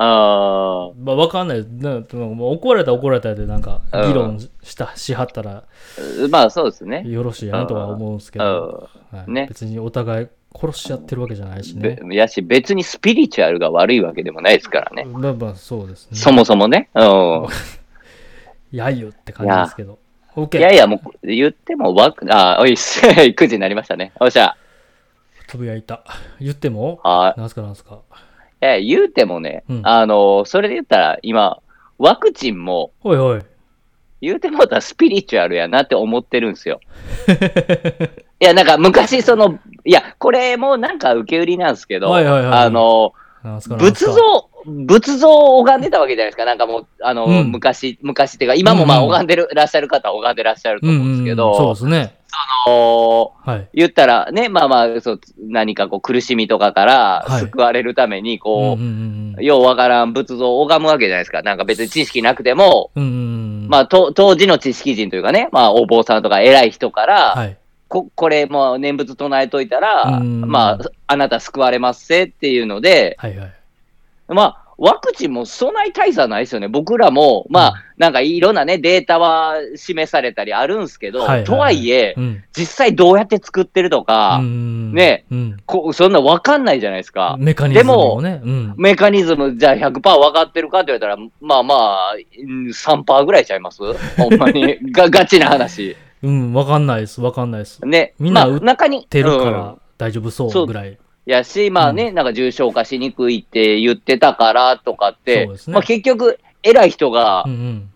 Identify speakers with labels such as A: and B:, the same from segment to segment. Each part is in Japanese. A: ああ。
B: まあ、わかんない。なんかもう怒られたら怒られたで、なんか、議論した、しはったら
A: まあそうですね。
B: よろしいやんとは思うんですけ
A: う
B: ど、
A: ん。
B: はい
A: ね
B: 別にお互い殺し合ってるわけじゃないしね。
A: べやし、別にスピリチュアルが悪いわけでもないですからね。
B: まあまあ、そうですね。
A: そもそもね。うん。
B: やいよって感じですけど。
A: いや
B: OK!
A: いや、もう言ってもわ く、あ、おいっす、9時になりましたね。おっしゃ。
B: つぶやいた。言っても
A: は
B: なんすかなんす
A: い。
B: か。
A: え、言うてもね、
B: うん
A: あの、それで言ったら、今、ワクチンも、
B: おいおい。
A: 言うてもうたらスピリチュアルやなって思ってるん ですよ。いや、なんか昔、その、いや、これもなんか受け売りなんですけど、
B: はいはいはいはい
A: あの、
B: なんすかなんす
A: 仏
B: か。
A: 像、仏像を拝んでたわけじゃないですか。なんかもう、あの、
B: うん
A: 昔、昔っていうか、今もまあ
B: うんうん
A: 拝んでる、らっしゃる方は拝んでらっしゃると
B: うん
A: 思うんです
B: うんう
A: け
B: ん。
A: ど、
B: そうですね。
A: あの
B: はい。
A: 言ったらね、まあまあ、そう何かこう苦しみとかから
B: はい
A: 救われるために、こ
B: うん
A: う、
B: うんうんうん
A: ようわからん仏像を拝むわけじゃないですか。なんか別に知識なくても、
B: うんうんうん。
A: まあ、と当時の知識人というかね、まあ、お坊さんとか偉い人から、
B: はい。
A: ここれ、もう念仏唱えといたら、
B: うん
A: まあ、あなた救われますせっていうので、
B: はいはい。
A: まあ、ワクチンもそない大差ないですよね。僕らも、まあ、
B: うん
A: なんかいろんなね、データは示されたりあるんですけど、
B: はいはいはい
A: とはいえ、
B: うん。
A: 実際どうやって作ってるとか、
B: うん
A: ね
B: うん。
A: こうそんな分かんないじゃないですか。
B: メカニズムをね。うん。
A: メカニズム、じゃあ100%分かってるかって言われたら、まあまあ、うん3%ぐらいちゃいますほんまに。 が、ガチな話。
B: うん、わかんないです、わかんないです。
A: ね。
B: みん
A: ま
B: な打
A: あ、
B: っ
A: 中に。
B: てるか
A: うん
B: ら大丈夫そうぐらい。
A: やし、まあね、なんか重症化しにくいって言ってたからとかって、
B: そうですね
A: まあ結局、偉い人が
B: うん、うん。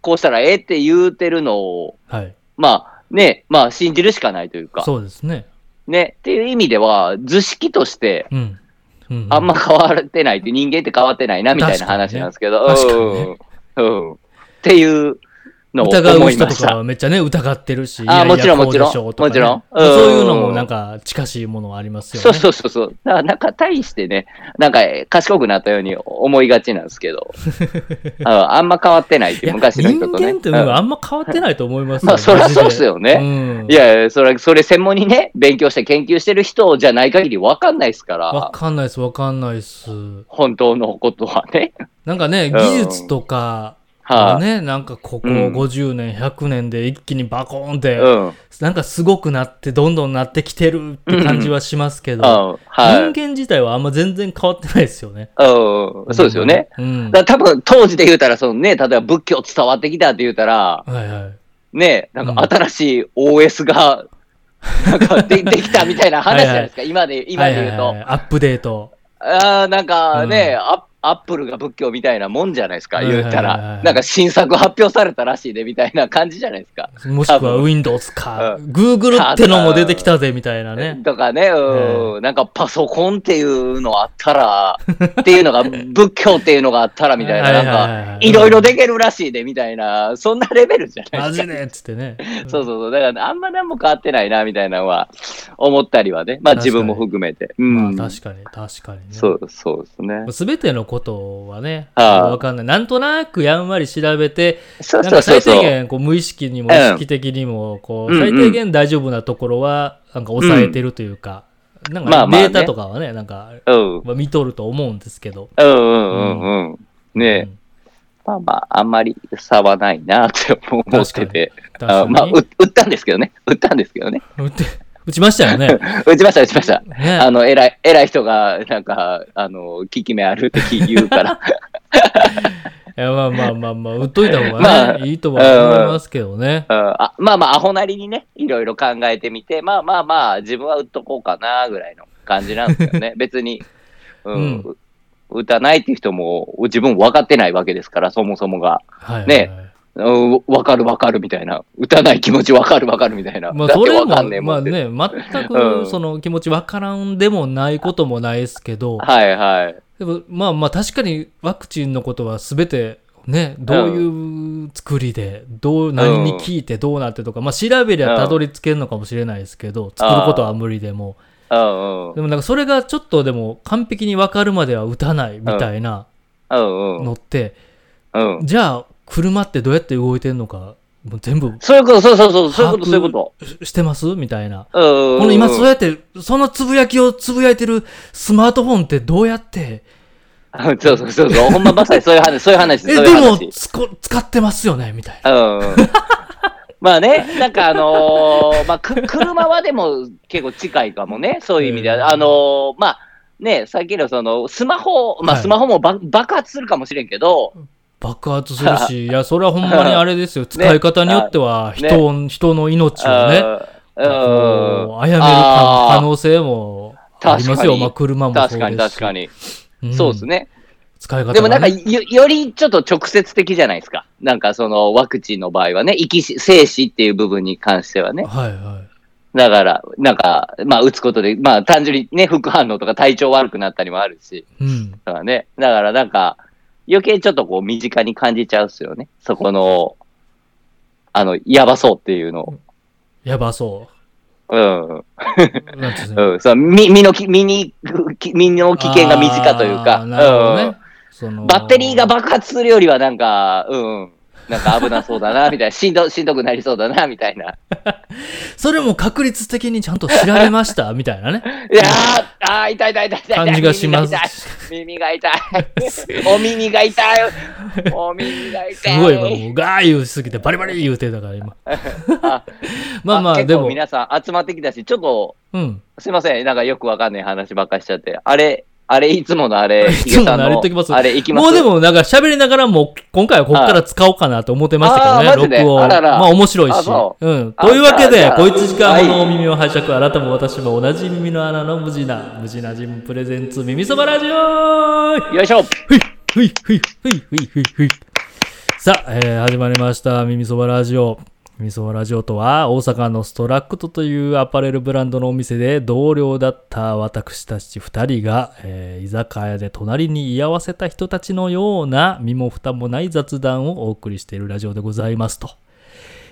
A: こうしたらええって言うてるのを、
B: はい。
A: まあね、まあ信じるしかないというか、
B: そうですね。
A: ね、っていう意味では、図式として、
B: うん。うん、
A: あんま変わってないって、人間って変わってないなみたいな話なんですけど、
B: 確かにね
A: うんうんっていうのを
B: 疑
A: 思
B: う
A: い
B: 人
A: ま
B: と
A: し
B: か
A: た。
B: はめっちゃね、疑ってるし、い
A: あ
B: やいや
A: もちろん
B: こうでしょうとかね
A: もちろんもちろんうん
B: そういうのもなんか近しいものはありますよね。
A: そうそうそうそう。だからなんか大してね、なんかえー賢くなったように思いがちなんですけ ど、うんあんま変わってないって
B: い
A: いう
B: や
A: 昔の人とね。
B: 人間っていうの
A: うん
B: はあんま変わってないと思います
A: まあそりゃそうっすよね
B: ね
A: いやいや、それ、それ専門にね、勉強して研究してる人じゃない限り分かんないですか
B: わ
A: ら、
B: かんないです、わかんないです。
A: 本当のことは ね。
B: なんかね、
A: ん
B: 技術とか、
A: はい、
B: ね、なんかここ
A: うん
B: 50年、100年で一気にバコーンって、
A: うん。
B: なんかすごくなって、どんどんなってきてるって感じはしますけ
A: うん。
B: ど、
A: はい。
B: 人間自体はあんま全然変わってないですよね。
A: うん。そうですよね。
B: うん。
A: だから多分当時で言うたら、そのね、例えば仏教伝わってきたって言うたら、
B: はいはい。
A: ね、なんか新しい OS が、なんかでできたみたいな話じゃないですか、今で、今で言う
B: はい
A: と
B: はい。はいアップデート。
A: あーなんかね、ア
B: うん
A: アップルが仏教みたいなもんじゃないですか、言うた
B: はいはいはいは
A: ら。
B: い
A: なんか新作発表されたらしいで、みたいな感じじゃないですか。
B: もしくは
A: 多分
B: Windows か、
A: う
B: Google ってのも出てきたぜみたいなね。
A: とかね、うんなんかパソコンっていうのあったら、っていうの が、仏教っていうのがあったらみたいな、
B: は
A: ないん
B: はいはい
A: か
B: は、い
A: いろいろできるらしいで、みたいな、そんなレベルじゃない
B: マ
A: です
B: ジ
A: か。
B: でっつってね。
A: そうそうそう。だから、あんま何も変わってないな、みたいなのは、思ったりはね。まあ、
B: 確かに
A: 自分も含めて。うん。
B: まあ確かに、確かにね。
A: そう、そうですね。
B: すべてのことはね、
A: ああ
B: わかんない。なんとなくやんわり調べて、
A: そう
B: な
A: んそう
B: か
A: そう
B: 最低
A: そう。
B: 限こう無意識にも
A: うん
B: 意識的にも、こ
A: うん
B: う、
A: うん
B: 最低限大丈夫なところは、なんか抑えてるというか、なん
A: まあ
B: か
A: まあね
B: データとかはね、なんか、
A: うん。うん
B: まあ見とると思うんですけど。
A: うんうんうん。ねえ、まあまあ、あんまり差はないなって思
B: かに
A: ってて。
B: え。
A: あ
B: 確
A: ま
B: か
A: あ、
B: に
A: う。打ったんですけどね。打ったんですけどね。
B: 打って打ちました よね。
A: 打ちました、打ちました。
B: ね
A: あの、偉い、偉い人が、なんか、あの、効き目あるって言う から。
B: いやまあまあまあまあ、売っといた方がね、
A: まあ
B: いいとは思いますけどね。
A: うんあまあまあ、アホなりにね、いろいろ考えてみて、まあまあまあ、自分は打っとこうかなぐらいの感じなんですよ ね。別に、うん
B: う
A: 打たないっていう人も、自分分かってないわけですから、そもそもが。
B: はい、はい。
A: ねうん分かる分かるみたいな、打たない気持ち分かる分かるみたいな。
B: まあ
A: だっ
B: そ
A: て
B: れも、
A: 分かんねえ
B: ま
A: も
B: あ
A: んって。
B: ね、全
A: うん
B: くその気持ちわからんでもないこともないですけど、
A: はいはい。
B: でもまあまあ確かにワクチンのことは全て、ね、どういう作りで、どう、何に聞いてどうなってとか、まあ調べりゃたどり着けるのかもしれないですけど、作ることは無理でも。
A: うんうん。
B: でもなんかそれがちょっとでも完璧にわかるまでは打たないみたいな
A: うんうん。
B: のって、
A: うん。
B: じゃあ車ってどうやって動いてんのか、もう全部
A: そういうこと、そうそうそう、そういうこと、
B: 把握
A: そういうこと。
B: ししてますみたいな。
A: うん。
B: この今そうやって、そのつぶやきをつぶやいてるスマートフォンってどうやって
A: そうそうそうそう、ほんままさにそういう話、そういう話
B: え、
A: そう
B: で
A: いう話。
B: もつこ、使ってますよねみたいな。
A: うん。まあね、なんかあのーまあ、く車はでも結構近いかもね、そういう意味では。
B: うん
A: あのーまあ、ね、さっきのその、スマホ、まあ、
B: はい
A: スマホもば、爆発するかもしれんけど、
B: 爆発する し、いや、それはほんまにあれですよ。使い方によっては、
A: ね
B: 人を、人の命を
A: う
B: ね、
A: ん。うん
B: こうあやめる
A: あー
B: 可能性もあります
A: 確か
B: よ。
A: に
B: まあ、車もそうです
A: 確
B: し。
A: かに確かに。
B: うん
A: そうですね。
B: 使い方
A: でもなんか
B: がね
A: よ、よりちょっと直接的じゃないですか。なんかそのワクチンの場合はね、生き死、生死っていう部分に関してはね。
B: はいはい。
A: だから、なんか、まあ、打つことで、まあ、単純にね、副反応とか体調悪くなったりもあるし、
B: うん。
A: だからね、だからなんか、余計ちょっとこう、身近に感じちゃうっすよね。そこの、あの、やばそうっていうのを。
B: やばそ
A: うん。
B: う。なんつうの
A: うん。その、身、身のき、身に、き身の危険が身近というか、
B: あーなるほど
A: う
B: ね
A: ん。。
B: その
A: バッテリーが爆発するよりは、なんか、うん。なんか危なそうだな、みたいな。しんど、しんどくなりそうだな、みたいな。
B: それも確率的にちゃんと調べ ました、みたいなね。
A: いやー、あー、痛い痛い痛い痛い。
B: 感じがします
A: 耳が 痛い。耳が痛い。お耳が痛い。お耳が
B: す
A: 痛い。
B: ごい今もうガー言うしすぎてバリバリ言うてたから 今。
A: あ
B: まあまあ、
A: 結
B: で
A: 構
B: も、
A: 皆さん集まってきたし、ちょっと、
B: うん。
A: すいません。なんかよくわかんない話ばっかりしちゃって。あれ、あれ、いつものあれ、
B: いつものあれ言っときます
A: あれ、いきます。
B: もうでもなんか喋りながらも今回はこっから使おうかなと思ってましたけ
A: あー
B: ど
A: マジで
B: ね、録音。
A: あらら
B: まあ面白い
A: あ
B: し。
A: そ
B: うん。
A: あ
B: というわけ
A: じ
B: で
A: ゃあ、
B: こいつしか
A: はい
B: ものお耳を拝借、あなたも私も同じ耳の穴の無事な、無事なジムプレゼンツ耳そばラジオー
A: よいしょ。
B: ふいふいふいふいふいふいふいさあ、えー始まりました「耳そばラジオ」耳そばラジオとは大阪のストラクトというアパレルブランドのお店で同僚だった私たち2人が、えー居酒屋で隣に居合わせた人たちのような身も蓋もない雑談をお送りしているラジオでございますと。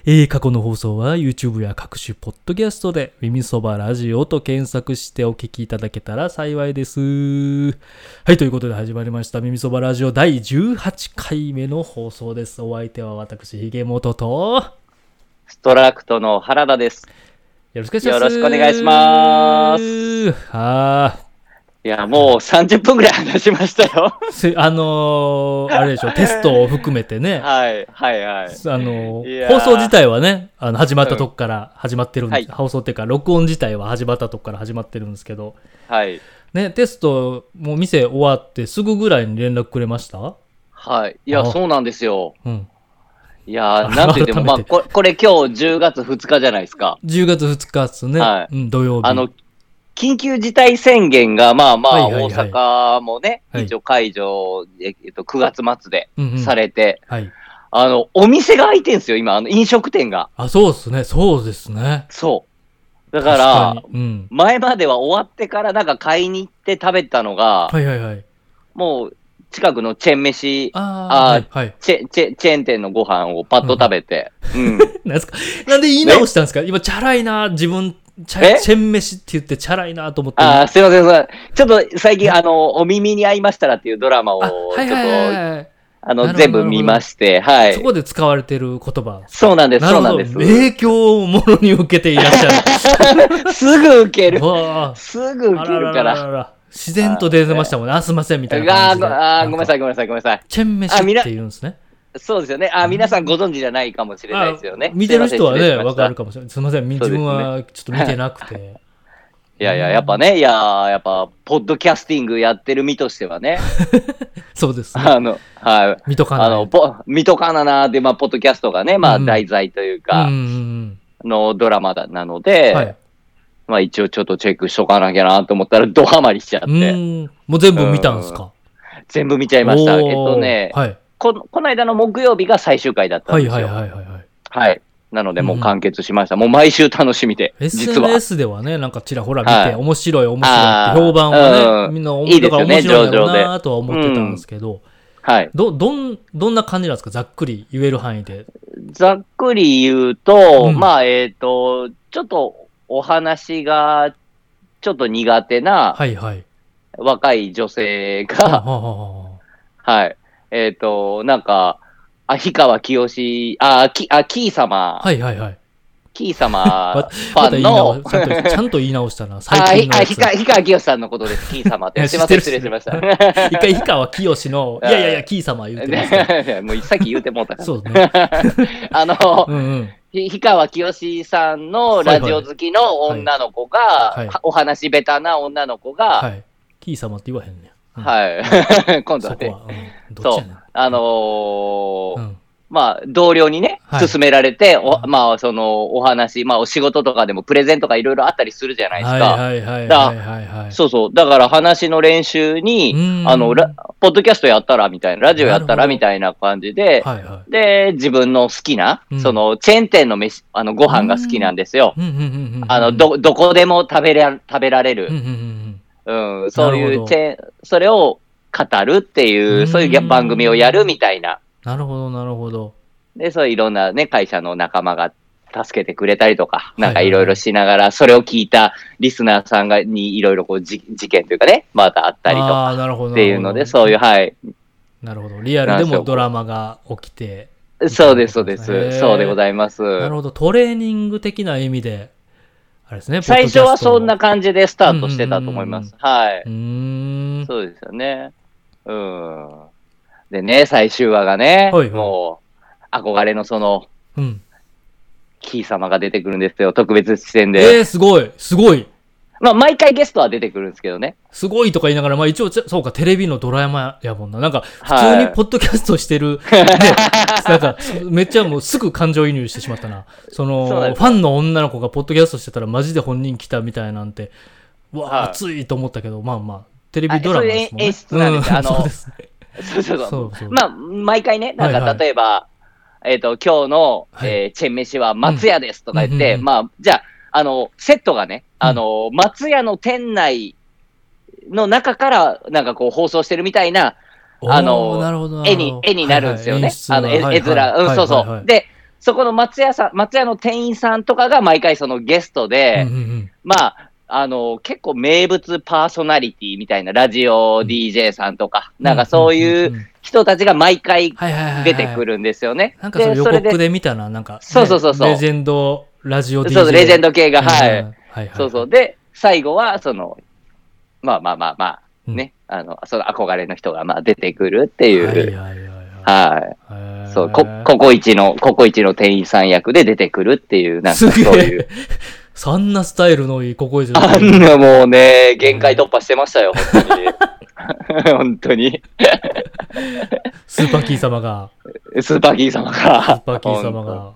B: えー過去の放送は YouTube や各種ポッドキャストで耳そばラジオと検索してお聞きいただけたら幸いです。はい、ということで始まりました耳そばラジオ第18回目の放送です。お相手は私、ひげもとと、
A: ストラクトの原田です。
B: よろしくお願いします。。
A: よろしくお願いします
B: あ
A: いや、もう30分ぐらい話しました よ。
B: ーせあのーあれ でしょ、テストを含めてね、あ
A: はい、はい、はい。
B: のー
A: いやー
B: 放送自体はね、あの始まったとこから始まってるんで、
A: はい
B: 放送っていうか、録音自体は始まったとこから始まってるんですけど、
A: はい。
B: ね、テスト、もう店終わってすぐぐらいに連絡くれました
A: はい。いや、
B: あ
A: そうなんですよ。
B: うん。
A: いやー、なんて言っても、ま
B: 改
A: あ、
B: めて
A: これ、これ今日10月2日じゃないですか。
B: 10月2日っすね。
A: は
B: うん、土曜日。
A: あの、緊急事態宣言が、まあまあ、
B: はいはい
A: 大
B: はい
A: 阪もね、
B: はい
A: 一応解除、ええっと、9月末で
B: うんうん
A: されて、
B: はい。
A: あの、お店が開いてんすよ、今、あの、飲食店が。
B: あ、そうですね。そうですね。
A: そう。だから、
B: 確にうん。
A: 前までは終わってからなんか買いに行って食べたのが、
B: はいはいはい。
A: もう、近くのチェーン飯、
B: あ
A: あ
B: ー、はい、はい。
A: チェ、チェ、チェーン店のご飯をパッと食べて、うん。
B: なんですかなんで言い直したんですか今、チャラいな、自分、チャ
A: え
B: チェン飯って言ってチャラいなと思って。
A: あーすいません、すいません。ちょっと最近、あの、お耳に合いましたらっていうドラマを、
B: あ
A: ち
B: は
A: ょっ
B: い
A: と、
B: はいはいはい、
A: あ
B: な
A: の、
B: るほど
A: 全部見まして、は
B: そ
A: い。
B: こで使われてる言葉。
A: そうなんです、
B: なる
A: そう
B: ほ
A: なん
B: ど。
A: です。
B: 影響をもろに受けていらっしゃ
A: すぐ受け
B: る。
A: る。
B: わー
A: すぐ受
B: あ
A: け
B: ら
A: る
B: ら
A: からら。
B: らら。自然と出てましたもんね。あ、すいません、みたいな
A: あ
B: 感じ
A: ー
B: で。
A: ごあー、ごめんなさ
B: い。
A: い、ごめんなさい、ごめんなさい。
B: 麺飯って言うんですね。
A: そうですよね。あー、皆さんご存知じゃないかもしれないですよね
B: あ。見てる人は
A: すいま
B: ね、
A: せん
B: わかる。かもしれない。すみません、み
A: そう
B: 自
A: ですね
B: 分はちょっと見てなく て。
A: 失礼しましたいやいや、やっぱね、いやー、やっぱ、ポッドキャスティングやってる身としてはね、
B: そうですね。
A: あの、はい。
B: 見とかない。
A: あの、ポ、見とかななーで、まあ、ポッドキャストがね、まあ、
B: うん
A: 題材という
B: うん
A: か、
B: うん
A: のドラマだなの
B: うん。
A: で、
B: はい。
A: まあ、一応ちょっとチェックしとかなきゃなと思ったら、ドハマりしちゃっ
B: う
A: て、
B: ん。もう全部見たんですか
A: 全部見ちゃいました。えっとね、
B: はい。
A: このこの間の木曜日が最終回だったん
B: は
A: で
B: い
A: すよ。は
B: はいいはいはいはい。
A: なので、もう完結しました。もう毎週楽しみで、実は。
B: SNS ではね、なんかちらほら見て、
A: はい
B: 面白い面白いって評判
A: あ
B: は
A: ーう
B: ね、
A: ん
B: みんな面
A: いいで
B: 白
A: すよ
B: 面
A: ね
B: 白いだろう
A: 上々
B: なとは思ってたんですけど、
A: はい。
B: ど、どん、どんな感じなんですかざっくり言える範囲で。
A: ざっくり言うと、
B: うん
A: まあ、えっ、と、ちょっとお話がちょっと苦手な
B: はいはい。
A: 若い女性
B: はあ
A: が、
B: はあは
A: はい。えっ、と、なんか、あ、氷川きよし、あ、き、あ、キー様、
B: あはいはいはい。
A: キー様フ
B: ま
A: ァ
B: た言
A: ン
B: い直
A: の、
B: しちゃんとちゃんと言い 直したな、
A: あ、
B: 最
A: ひ
B: 近の
A: あ
B: や
A: ひ
B: つ。
A: か、ひかきよしさんのことです、キー様っ
B: い
A: て。
B: や
A: すいません、
B: 知
A: 失
B: って
A: 礼
B: る
A: しました。
B: 一回、氷川きよし の、いやいやいや、キー様言ってますから。
A: ね もうさっき言うてもうたから。
B: そうで すね。
A: あの
B: う、んうん。
A: ひ氷川きよしさんのラジオ好きの女の子が、
B: いはいはい
A: お話ベタな女の子
B: は
A: が、
B: い。キー様って言わへんね。うん
A: はい、 今度は
B: そこ
A: ね、
B: は。うんどっち
A: そ
B: やね。、
A: うんあの
B: う
A: ー
B: ん。
A: まあ、同僚にね、
B: はい
A: 勧められて、お
B: うん
A: まあ、その、お話、まあ、お仕事とかでもプレゼントがいろいろあったりするじゃないです
B: はい
A: か。
B: はいはいはいはいはい。
A: そうそう。だから話の練習に、
B: うん
A: あの、ラポッドキャストやったらみたいな、ラジオやった
B: なるほ
A: ら
B: ど
A: みたいな感じで、
B: はいは
A: で、自分の好きな、
B: うん
A: その、チェーン店の飯、あの、ご飯が好きなんですよ。
B: い。うんうんうんうんうん。
A: あの、ど、どこでも食べら食べられ
B: うん
A: る、
B: うんうん
A: うん、そう
B: ないるほ
A: う
B: ど
A: チェーン、それを語るっていうう、
B: ん
A: そういうギャ番組をやるみたいな。
B: なるほどなるほど。
A: で、そういういろんなね、会社の仲間が助けてくれたりとか、
B: い
A: なんかいろいろしながら、それを聞いたリスナーさんが、にいろいろこう、じ事件というかね、またあったりとか
B: ああ、なるほど。
A: っていうので、そういう、はい。
B: なるほど。リアルでもドラマが起きて。
A: そうです、そうで
B: へー
A: す。そうでございます。
B: なるほど。トレーニング的な意味で、あれですね。
A: 最初はそんな
B: ポッド
A: 感じでスタートしてたと思います。はい
B: キャスト。も。うーん。
A: そうですよね。うん。でね、最終話がね、
B: はいはい
A: もう、憧れのその、
B: うん。
A: キー様が出てくるんですよ、特別出演で。
B: えー、すごいすごい
A: まあ、毎回ゲストは出てくるんですけどね。
B: すごいとか言いながら、まあ一応、ちょそうか、テレビのドラマやもんな。なんか、普
A: はい
B: 通にポッドキャストしてる、ね、なんか、そめっちゃもうすぐ感情移入してしまったな。その、
A: そうなんです
B: ファンの女の子がポッドキャストしてたら、マジで本人来たみたいなんて、うわあ、
A: はい
B: 熱いと思ったけど、まあまあ、テレビドラマです
A: あそ
B: もんね。
A: ういう演演出なんですよ
B: う
A: あの
B: そうですね。
A: そうそうそう。
B: そうそう
A: まあ、毎回ね、なん
B: はいは
A: か
B: い
A: 例えば、えっ、と、今日の、
B: はい
A: えーチェン飯は松屋ですとか言っ
B: うんうん
A: て、
B: うんうん
A: まあ、じゃあ、あの、セットがね、あの、松屋の店内の中から、なんかこう、放送してるみたいな
B: おー
A: あの
B: なるほど
A: 絵に、絵になるんですよね。あの、絵絵面、うん、そうそう。
B: で、
A: で、そこの松屋さん、松屋の店員さんとかが毎回そのゲストで、
B: うんうんうん
A: まあ、あの、結構名物パーソナリティみたいな、ラジオ DJ さんとか、なんかそういう、
B: んんん
A: 人たちが毎回
B: はいはいはいはい
A: 出てくるんですよね。
B: なんかその予
A: でそ
B: 告
A: れで
B: で見たな、なんか、ね
A: そうそうそうそう
B: レジェンドラジオ DJ。
A: そうそう、レジェンド系が、は
B: うん
A: い。
B: はいはい。
A: そうそう。で、最後は、その、まあまあまあまあ、ね、あの、その憧れの人が、まあ出てくるって
B: う
A: い、
B: ん。はいうはいはいは。
A: はい
B: へ
A: い。
B: ー
A: そう、こ、ココイチの、ココイチの店員さん役で出てくるっていう、なんかそ
B: す
A: う
B: げ
A: いう。
B: え。そんなスタイルのいいココイチの
A: あんなもうね、限界突破してましたよ、本当 に。本当に。
B: スーパーキー様が、
A: スーパーキー様が。
B: スーパーキー様が。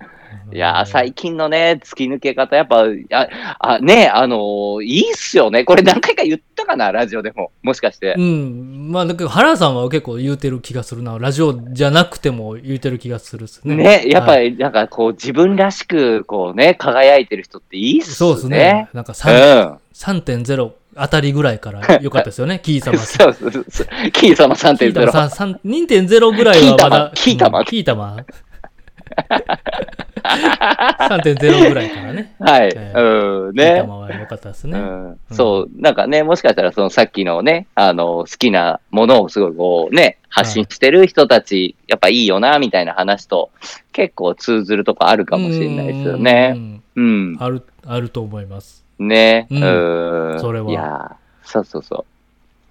A: いやー、最近のね、突き抜け方、やっぱ、あ、あね、あのーいいっすよね。これ何回か言ったかな、ラジオでも。もしかして
B: う。ん。まあ、だけど原さんは結構言うてる気がするな。ラジオじゃなくても言うてる気がするっすね。
A: ね、やっぱ
B: り。
A: り、なんかこう、自分らしく、こうね、輝いてる人っていいっすね。
B: そうですね。。なんか
A: う
B: さん
A: ん。
B: 3.0あたりぐらいから良かった ですよね、キー様さん。
A: そうそうそう。キー様
B: キータマ
A: 3.0。
B: さんさん2.0ぐらいはまだ。
A: キータマ
B: うんキータマ。3.0ぐらい からね。
A: はい。
B: え
A: うん、
B: キータ
A: ね。
B: マは良かったです
A: う
B: ね。
A: ん、そう、なんかね、もしかしたら、そのさっきのね、あの、好きなものをすごいこうね、発信してる人たち、やっぱいいよな、みたいな話と、結構通ずるとこあるかもしれないですよ
B: う
A: ね。
B: ん。
A: うん。
B: ある、あると思います。
A: ね。
B: う
A: うんん。
B: それはい
A: やーそうそうそ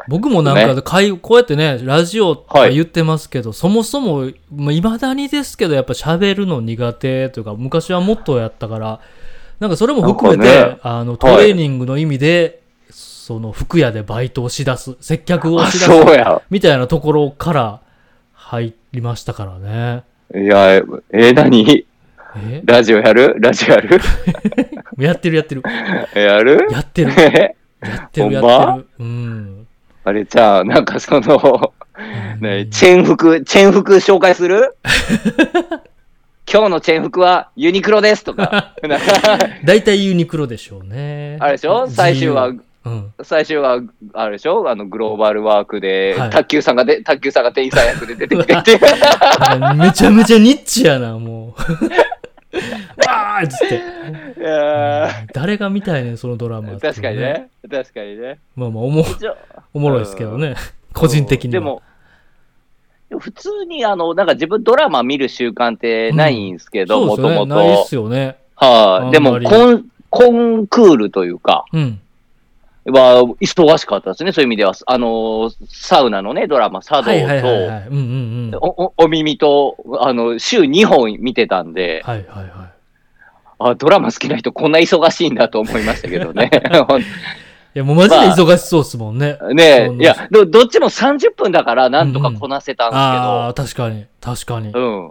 B: 僕もなんか、かいこうやってね、ラジオとか言ってますけど、そもそも、いまあ、未だにですけど、やっぱ喋るの苦手というか、昔はもっとやったから、なんかそれも含め
A: な
B: て、
A: んかね
B: あの、トレーニングの意味で、その、服屋でバイトをしだす、接客
A: う。
B: を
A: あ、
B: しだす
A: そうや。
B: みたいなところから入りましたからね。
A: いや、えー、何
B: え
A: ラジオやるラジオやる
B: やってるやってる。
A: やる
B: やってる。
A: え
B: やってる
A: ほ
B: や
A: んま
B: ってる。うん。
A: あれじゃあ、なんかその、
B: う
A: ね、
B: ん
A: チェーン服、チェーン服紹介す る今日のチェーン服はユニクロですと か。なんか
B: 大体ユニクロでしょうね。
A: あれでしょ最終は
B: GU、うん。
A: 最終は、あれでしょあの、グローバルワークで、
B: はい
A: 卓球さんがで、卓球さんが店員さん役で 出てきてっていう。
B: あめちゃめちゃニッチやな、もう。 わーっつって。
A: いや
B: 誰が見たいねん、そのドラマ、
A: ー確かに。ね。確かにね。
B: まあまあ、おも
A: 一応
B: おもろいですけどね。個人的に
A: で
B: は。
A: も、でも普通に、あの、なんか自分ドラマ見る習慣ってないんですけど、
B: そ
A: も
B: う
A: と
B: ですよ
A: も
B: ね。ないっ
A: と。
B: すよ
A: は
B: ね。
A: い、で
B: あんま
A: も
B: り
A: コン、コンクールというか、
B: うん。
A: は忙しかったですね、そういう意味では。あのーサウナのね、ドラマ、茶道と、
B: はいはいはいはい。うんうんうん。は
A: おおお耳と、あの、週2本見てたんで、
B: いはいは
A: あ、ドラマ好きな人こんな忙しいんだと思いましたけど ね。ほん
B: い。いや、もうマジで忙しそうっすもんね。
A: ね
B: そう
A: え、いやど、どっちも30分だからなんとかこなせた
B: あ
A: ん
B: あ、確かに。確かに
A: ですけ。ど、うん。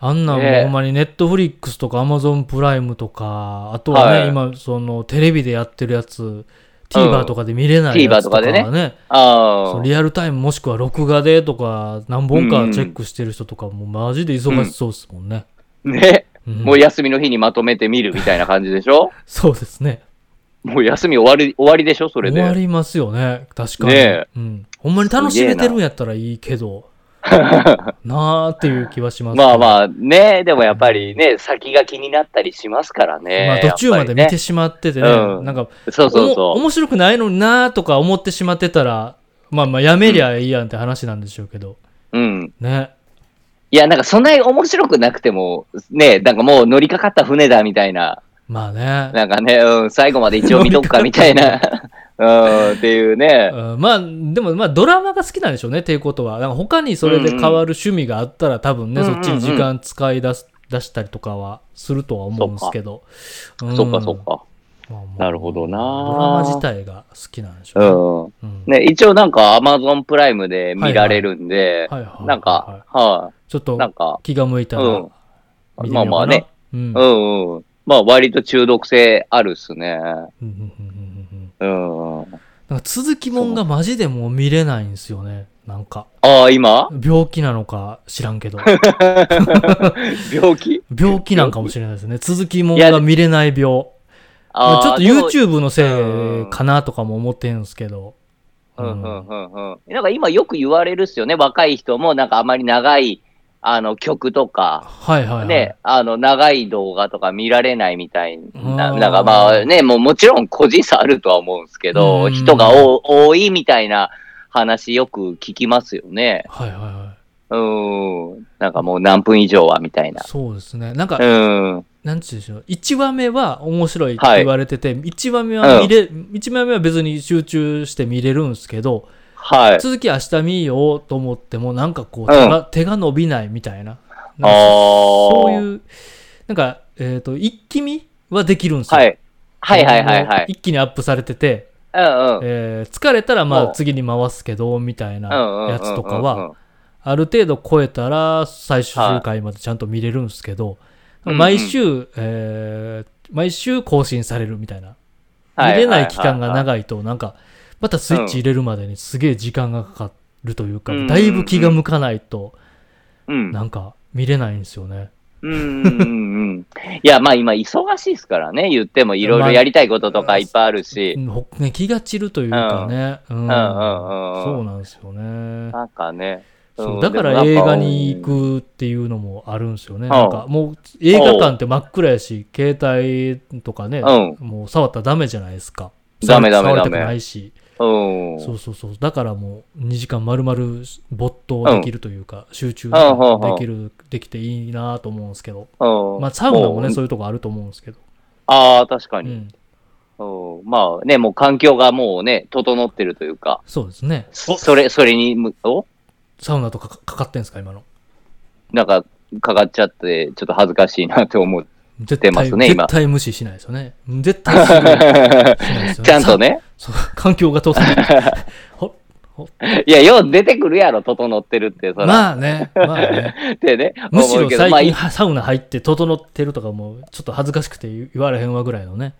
B: あんなんも
A: ね
B: うほんまにネットフリックスとかアマゾンプライムとか、あとはね、
A: はい
B: 今、そのテレビでやってるやつ、TVer とかで見れないや
A: TVer
B: つと
A: と
B: か
A: か
B: は
A: で
B: ね、
A: ね
B: そ
A: あ
B: う
A: あ、
B: リアルタイムもしくは録画でとか、何本かチェックしてる人とか、もうマジで忙しそうですもんね。
A: ね、
B: うん
A: もう休みの日にまとめて見るみたいな感じでし ょ
B: そうですね。
A: もう休み終わり、終わりでしょそれ
B: 終わ
A: で。
B: りますよね。確か
A: ね
B: に、
A: え
B: うん。ほんまに楽しめてるんやったらいいけ ど、なーっていう気はします、
A: まあまあね、でもやっぱりね、先が気になったりしますからね。
B: まあ途中まで見て
A: やっ
B: しまっててね、
A: やっぱりねうん
B: なんか、
A: ぱりねそうそう
B: おも
A: そ
B: 面白くないのになーとか思ってしまってたら、まあまあやめりゃいいやんって話なんでしょうけど、
A: う。うん。
B: ね。
A: いや、なんかそんなに面白くなくても、ね、なんかもう乗りかかった船だみたいな、
B: まあね。
A: なんかね、うん、最後まで一応見とくかみたい な、うん、っていう ね。
B: うんまあ、でもまあドラマが好きなんでしょうね、っていうことは。なんか他にそれで変わる趣味があったら、多分ね、
A: うんう
B: そ
A: ん
B: っちに時間使い出す。出したりとかはするとは思うんですけど。うん
A: そっかそっか。
B: まあまあ
A: なるほどな
B: ドラマ自体が好きなんでしょね
A: うん。
B: うん
A: ね、一応なんか Amazon プライムで見られるんで、
B: はいはいはいはい
A: なんか、は
B: ちょっ
A: い、なん
B: と
A: か、
B: 気が向いたら
A: うん
B: 見てみようかな。
A: まあまあね
B: うん。
A: う
B: うん
A: んうん。まあ割と中毒性あるっすね。
B: うんうんうんうんうん
A: うん。あ
B: なんか続きもんがマジでもう見れないんですよね。なんか、
A: あ、今
B: 病気なのか知らん けど。
A: 病気
B: 病気なんかもしれないですね。続きもんが見れない病。まあ
A: あ
B: ちょっと
A: でも
B: YouTube のせいかなとかも思ってるんですけど。
A: うんうんうんうん。なんか今よく言われるっすよね。若い人もなんかあまり長い、あの、曲とか、
B: はいはいはい。
A: ね、あの、長い動画とか見られないみたいな、
B: うん
A: なんかまあね、もうもちろん個人差あるとは思うんですけ
B: う
A: ど、
B: ん
A: 人が多多いみたいな話よく聞きますよね。
B: はいはいは。。
A: うん。なんかもう何分以上はみたいない
B: そうですね。なんか、
A: うん。
B: なんちゅうでしょう。1話目は面白いって言われてて、一1話目は見れ、一話目は別に集中して見れるんですけど、
A: はい。
B: 続き明日見ようと思っても、なんかこう、
A: ん
B: 手が,、手が伸びないみたいな。なんか
A: あー
B: そういう、なんか、えっ、と、一気見はできるんですよ。
A: はい。はいはいはいは
B: あの
A: い。
B: 一気にアップされてて、
A: うんうん。
B: えー疲れたらま
A: う
B: あ
A: ん
B: 次に回すけど、みたいな
A: うんうん
B: やつとか
A: うんうんう
B: は、
A: ん
B: ある程度超えたら最終回までちゃんと見れるんですけど、
A: うんうん
B: 毎週、えー毎週更新されるみたいな。見
A: は
B: れない期間が
A: はいはいはい
B: 長いと、なんか、またスイッチ入れるまでにすげえ時間がかかるというか
A: うんう、ん
B: だいぶ気が向かないと、
A: うん
B: なんか見れないんですよね。
A: うんうんうんうん。いや、まあ今忙しいですからね、言ってもいろいろやりたいこととかいっぱいあるし、
B: ほね気が散るというかね。う
A: んうん
B: ん
A: うん
B: そうなんですよね。
A: なんかね。
B: そ
A: ん
B: うだから映画に行。くっていうのもあるんですよね。なんかもう映画館って真っ暗やし、携帯とかね、
A: う
B: もう触ったらダメじゃないですか。
A: ダメダメ
B: 触
A: ダ
B: り
A: メ
B: たくないし。
A: うん。
B: そうそうそう。だからもう2時間丸々没頭できるというか、集中できる、できていいなと思うんですけど。
A: うん。
B: まあサウナもね、
A: う
B: そういうとこあると思うんですけど。
A: ああ、確か
B: う
A: に、
B: ん。
A: うん。まあね、もう環境がもうね、整ってるというか、
B: そうですね。
A: それ、それにむ、お
B: サウナとかかかかってんすか、今の。
A: なんか、かかっちゃって、ちょっと恥ずかしいなって思う。
B: 絶
A: て
B: 対、
A: ますね今
B: 絶対無視しないですよね。絶対しないしないですよね。
A: ちゃんとね。
B: そう、環境が 整って。ほほ
A: いや、よう出てくるやろ、整ってるって、そら。
B: まあね、まあね。
A: ってね。
B: むしろ
A: 思うけど
B: 最
A: まあ
B: 近はサウナ入って整ってるとかも、ちょっと恥ずかしくて言われへんわぐらいのね。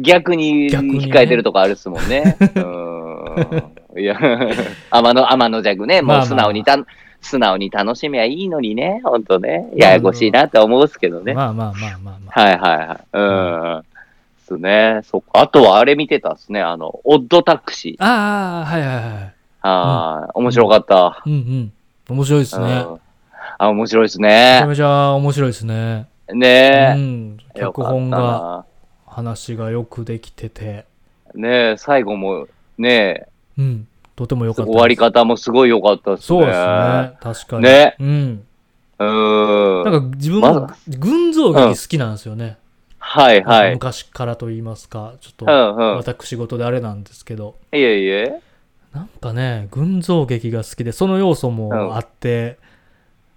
A: 逆に
B: 逆にね
A: 控えてるとかあるっすもんね。 うーん。いや、天の、天の弱ね、も
B: まあま
A: う
B: あ
A: 素直にた、素直に楽しみはいいのにね、ほんとね。ややこしいなって思うっすけどね。
B: まあまあまあまあまあ。
A: はいはいはい。うーん。ですね。そっか。あとはあれ見てたっすね。あの、オッドタクシー。
B: ああ、はいはいはい。
A: ああ、面白かった。
B: うんうん。面白いですね。
A: う
B: め
A: んあ、面白いっす
B: ちゃ
A: ね。
B: めちゃ面白いですね。う
A: ね
B: ん。
A: え。よか
B: 脚
A: った
B: 本が、
A: な。
B: 話がよくできてて、
A: ねえ、最後も、ね
B: うん。とても
A: え、
B: 良かった。
A: 終わり。方もすごい良かったっすね。
B: そうですね。。確かに。
A: ね
B: うん。
A: うーん。
B: なんか自分
A: ま
B: も群像劇好きなんですよね。
A: はいはい。
B: 昔からと言いますか、ちょっ
A: う
B: と
A: んうん。
B: 私事であれなんですけど、
A: いえいえ。
B: なんかね、群像劇が好きで、その要素もあって、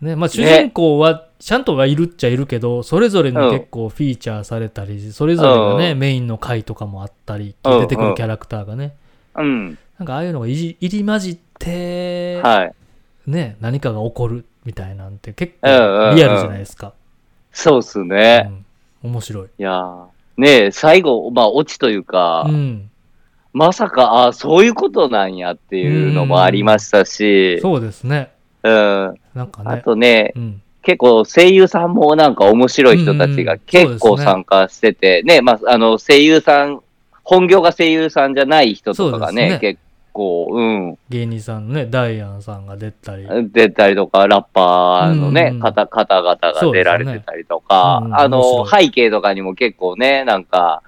B: ね、まあ主
A: ね
B: 人公はちゃんとはいるっちゃいるけど、それぞれに結構フィーチャーされたり、それぞれがね、
A: う
B: メインの回とかもあったり、
A: うん
B: 出てくるキャラクターがね、
A: うん。
B: なんかああいうのがいじ入り混じって、
A: はい。
B: ね、何かが起こるみたいなんて結
A: うんうんう
B: 構
A: ん
B: リアルじゃないですか。
A: そうっす
B: う
A: ね。
B: ん面白い。
A: いやーねえ、最後、まあ、オチというか、
B: うん。
A: まさか、ああ、そういうことなんやっていうのもありましたし、
B: そうですね。
A: うん。
B: なんか
A: あ
B: ね。
A: とね、
B: うん。
A: 結構声優さんもなんか面白い人たち
B: う
A: が
B: んうん
A: 結構参加してて、ね、まあ、あの、声優さん、本業が声優さんじゃない人とかがね、
B: そうですね
A: 結構、うん。
B: 芸人さんのね、ダイアンさんが出たり。
A: 出たりとか、ラッパーのね、
B: うんうん
A: 方方々が出られてたりとか、
B: そうですねうん
A: あの、
B: 面白
A: 背景とかにも結構ね、なんか、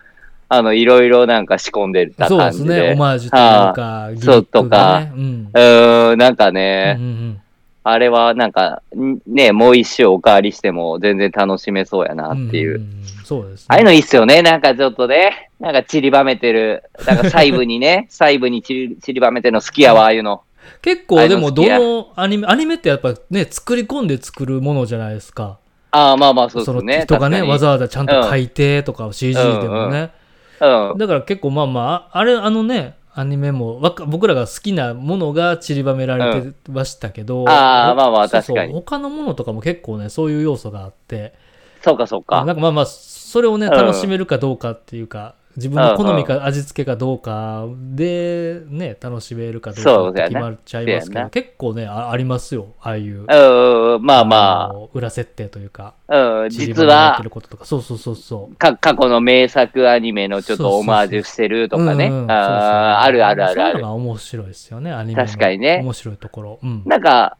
A: あの、いろいろなんか仕込んでた
B: そう
A: 感
B: で
A: じ
B: す
A: で。
B: ね。オマージュというか、ギミックがね。うん。
A: うーん、なんかね、
B: うんうん
A: あれはなんか、んね、もう一周おかわりしても全然楽しめそうやなっていう。
B: んんんそうですね。
A: ああいうのいいっすよね。なんかちょっとね、なんか散りばめてる。なんか細部に ね、細部に散り散りばめてるの好きやわ、ああいうの。
B: 結
A: ああ
B: 構
A: いう
B: で
A: の
B: も、
A: 好き
B: ど
A: や
B: のアニメ、アニメってやっぱね、作り込んで作るものじゃないですか。
A: ああ、まあまあ、そうで
B: そ
A: す
B: の
A: ね。
B: 人が
A: 確
B: ね、
A: かに
B: わざわざちゃんと書いてとか、CG でもね。
A: うん。
B: だから結構まあまあ、ああれ、あのね、アニメもわか僕らが好きなものが散りばめられてましたけど、
A: あーまあまあ
B: そうそう
A: 確かに
B: 他のものとかも結構ね、そういう要素があって、
A: そうか、そう
B: なん
A: か。
B: かまあまあ、それをね、
A: うん
B: 楽しめるかどうかっていうか、自分の好みか味付けかどうかで、ね、楽しめるかどうか
A: そう
B: っ
A: だよ
B: て
A: ね
B: 決まっちゃいます
A: そうや
B: けど、
A: な
B: 結構ねあ、ありますよ、ああいう。
A: うん、まあま
B: の裏設定というか、
A: あ、うん、
B: 散り
A: 実
B: ばめられ
A: は
B: てる、こととか、そうそうそうそう。
A: か過去の名作アニメのちょっ
B: そうそう
A: と
B: そう
A: オマージュしてるとかね。
B: うんうんそうそう
A: あーあるあるあるあ
B: そういう
A: る
B: の。が面白いですよね、アニメの。
A: 確かにね
B: 面白いところ。うん。
A: なんか、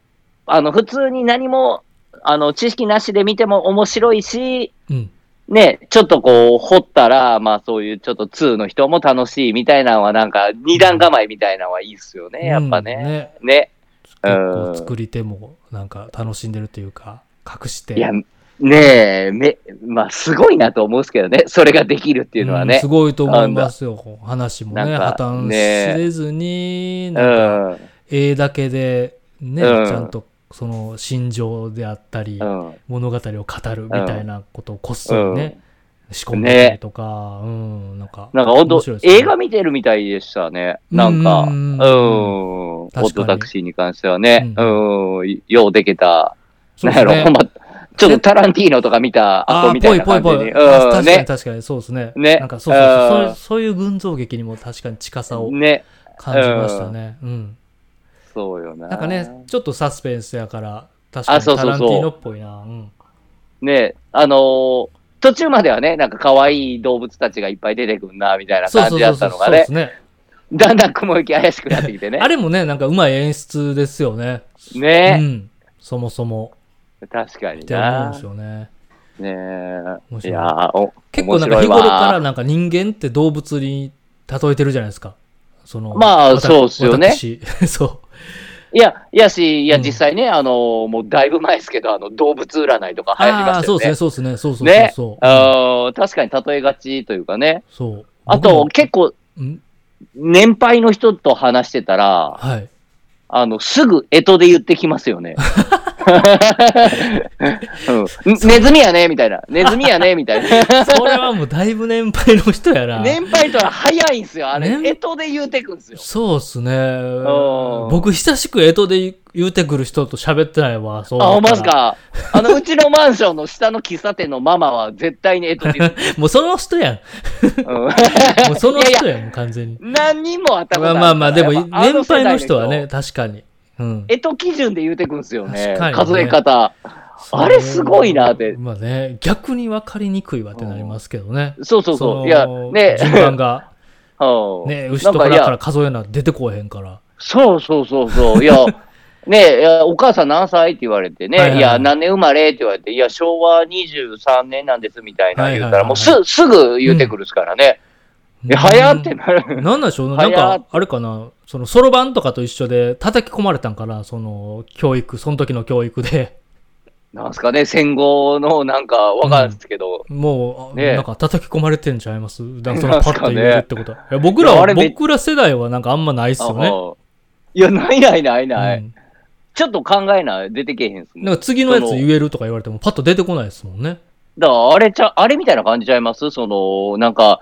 A: あの、普通に何も、あの、知識なしで見ても面白いし、
B: うん。
A: ね、ちょっとこう、掘ったら、まあそういうちょっと2の人も楽しいみたいなのは、なんか二段構えみたいなのはいいっすよね、やっぱ
B: うん
A: ね。
B: ね。
A: ね。
B: 結
A: うん
B: 構作り手も、なんか楽しんでるというか、隠して。
A: いや、ねえ、め、まあすごいなと思うんですけどね、それができるっていうのは
B: ん
A: ね
B: す。ごいと思いますよ。話もね、
A: なん
B: 破
A: か
B: 綻
A: ね
B: しれずに、
A: う
B: なんか、
A: ん。うん。
B: 絵だけで、ね、
A: うん
B: ちゃんと、その、心情であったり、物語を語るみたいなことをこっそりね、仕込んでたりとか、うん、なんか、
A: なんかほん
B: 面
A: と
B: 白いですね
A: 映画見てるみたいでしたね。なんか、う
B: う
A: んん。オ
B: 確かに
A: ットタクシーに関してはね、
B: う
A: うん。ようできた、
B: そう
A: なん
B: です
A: や
B: ね
A: ろ、ほんま、ちょっとタランティーノとか見た
B: あ
A: 後
B: あ
A: みたいな感じに。
B: ぽいぽいぽい。あ
A: う
B: 確
A: ん。
B: かに
A: ね。
B: 確かに、そうですね。
A: ね
B: なんかそうそうそう
A: う
B: そ
A: ん
B: うそういう群像劇にも確かに近さを
A: ね。
B: 感じましたね。うん。
A: そうよな。
B: なんかね、ちょっとサスペンスやから、確
A: あ
B: か
A: そう
B: に
A: そ
B: タ
A: うそう
B: ランティーノっぽいな。うん。
A: ねあのー途中まではね、なんか可愛い動物たちがいっぱい出てくんな、みたいな
B: そう
A: 感
B: そ
A: じ
B: う
A: だ
B: そう
A: った
B: そう。
A: のが
B: そうで
A: ね
B: す、ね。
A: だんだん雲行き怪しくなってきてね。
B: あれもね、なんかうまい演出ですよね。う
A: ね、
B: ん。そもそも。
A: 確かに
B: って思うん
A: な
B: です。よね。
A: ね
B: 面白い
A: いやーお
B: 結構なんか
A: 面白い
B: 日
A: わ
B: 頃からなんか人間って動物に例えてるじゃないですか。その、
A: まあ
B: わた
A: そうっすよね
B: 私 そう。
A: いや、いやし、いや、
B: うん
A: 実際ね、あのーもうだいぶ前ですけど、あの、動物占いとか流行りま
B: ああー、
A: した
B: そう
A: よ
B: ですね、
A: ね。
B: そうですね、そうそうそう
A: ね
B: そう。
A: あー確かに例えがちというかね。
B: そう。
A: あと、結構、
B: 構、ん
A: 年配の人と話してたら、
B: はい。
A: あの、すぐ干支で言ってきますよ ね。うん、ネズミやねみたいな。ネズミやねみたい な。
B: それはもうだいぶ年配の人 やな。
A: 年配とは早いんすよ、あれ。干
B: 年
A: 支で言うてくんすよ。
B: そうっすね
A: ん。
B: 僕、久しく江戸で言うてくる人と喋ってないわ。そう
A: あ、
B: 思
A: ほ
B: っ
A: ん
B: た
A: ま
B: ら
A: っす。か。あの、うちのマンションの下の喫茶店のママは絶対に干支で
B: もうその人 やん。
A: 言う。
B: もうその
A: いや
B: 人やん、もう完全に。
A: うん、何人もあったこと
B: ま
A: あるか
B: あ
A: ら
B: まあまあ、でも、
A: やっぱあ
B: 年
A: 世代
B: 配の人はね、。確かに。うん。
A: 干支基準で言うてくんすよね。
B: 確かにね
A: 数え方。あれすごいなって
B: まあね、逆に分かりにくいわってなりますけどね。
A: そうそうそう。
B: の
A: いや、ね。
B: 順番が、
A: うん
B: ね、牛と
A: なん
B: 腹
A: いや
B: から数えな出てこえへんから。
A: そうそうそうそう。い や、ねえいや、お母さん何歳って言われてね、
B: はい
A: い
B: はいはい
A: や、何年生まれって言われて、いや、昭和23年なんですみたいな言うたら、
B: はいはいはいはい
A: もうすすぐ言うてくるっすからね。え、早ってなる。
B: なんなんでしょうね。な
A: 早
B: ん
A: っ
B: か、あれかな、その、そろばんとかと一緒で、叩き込まれたんかな、その、教育、その時の教育で。
A: なんすかね、戦後のなんかわかんないですけど、
B: もう、あ
A: ねえ
B: なんか叩き込まれてんちゃいますだからそ
A: な
B: の
A: ん す
B: パ
A: かね
B: ッと言えるってことは。いや僕ら
A: いや
B: は、
A: あれめ
B: 僕ら世代はなんかあんまないっすよね。
A: ああいや、ないないないない。
B: うん
A: ちょっと考えない、出てけえへんっすもん。
B: なんか次のやつ言えるとか言われてもパッと出てこないですもんね。
A: だからあれちゃ、あれみたいな感じちゃいますその、なんか、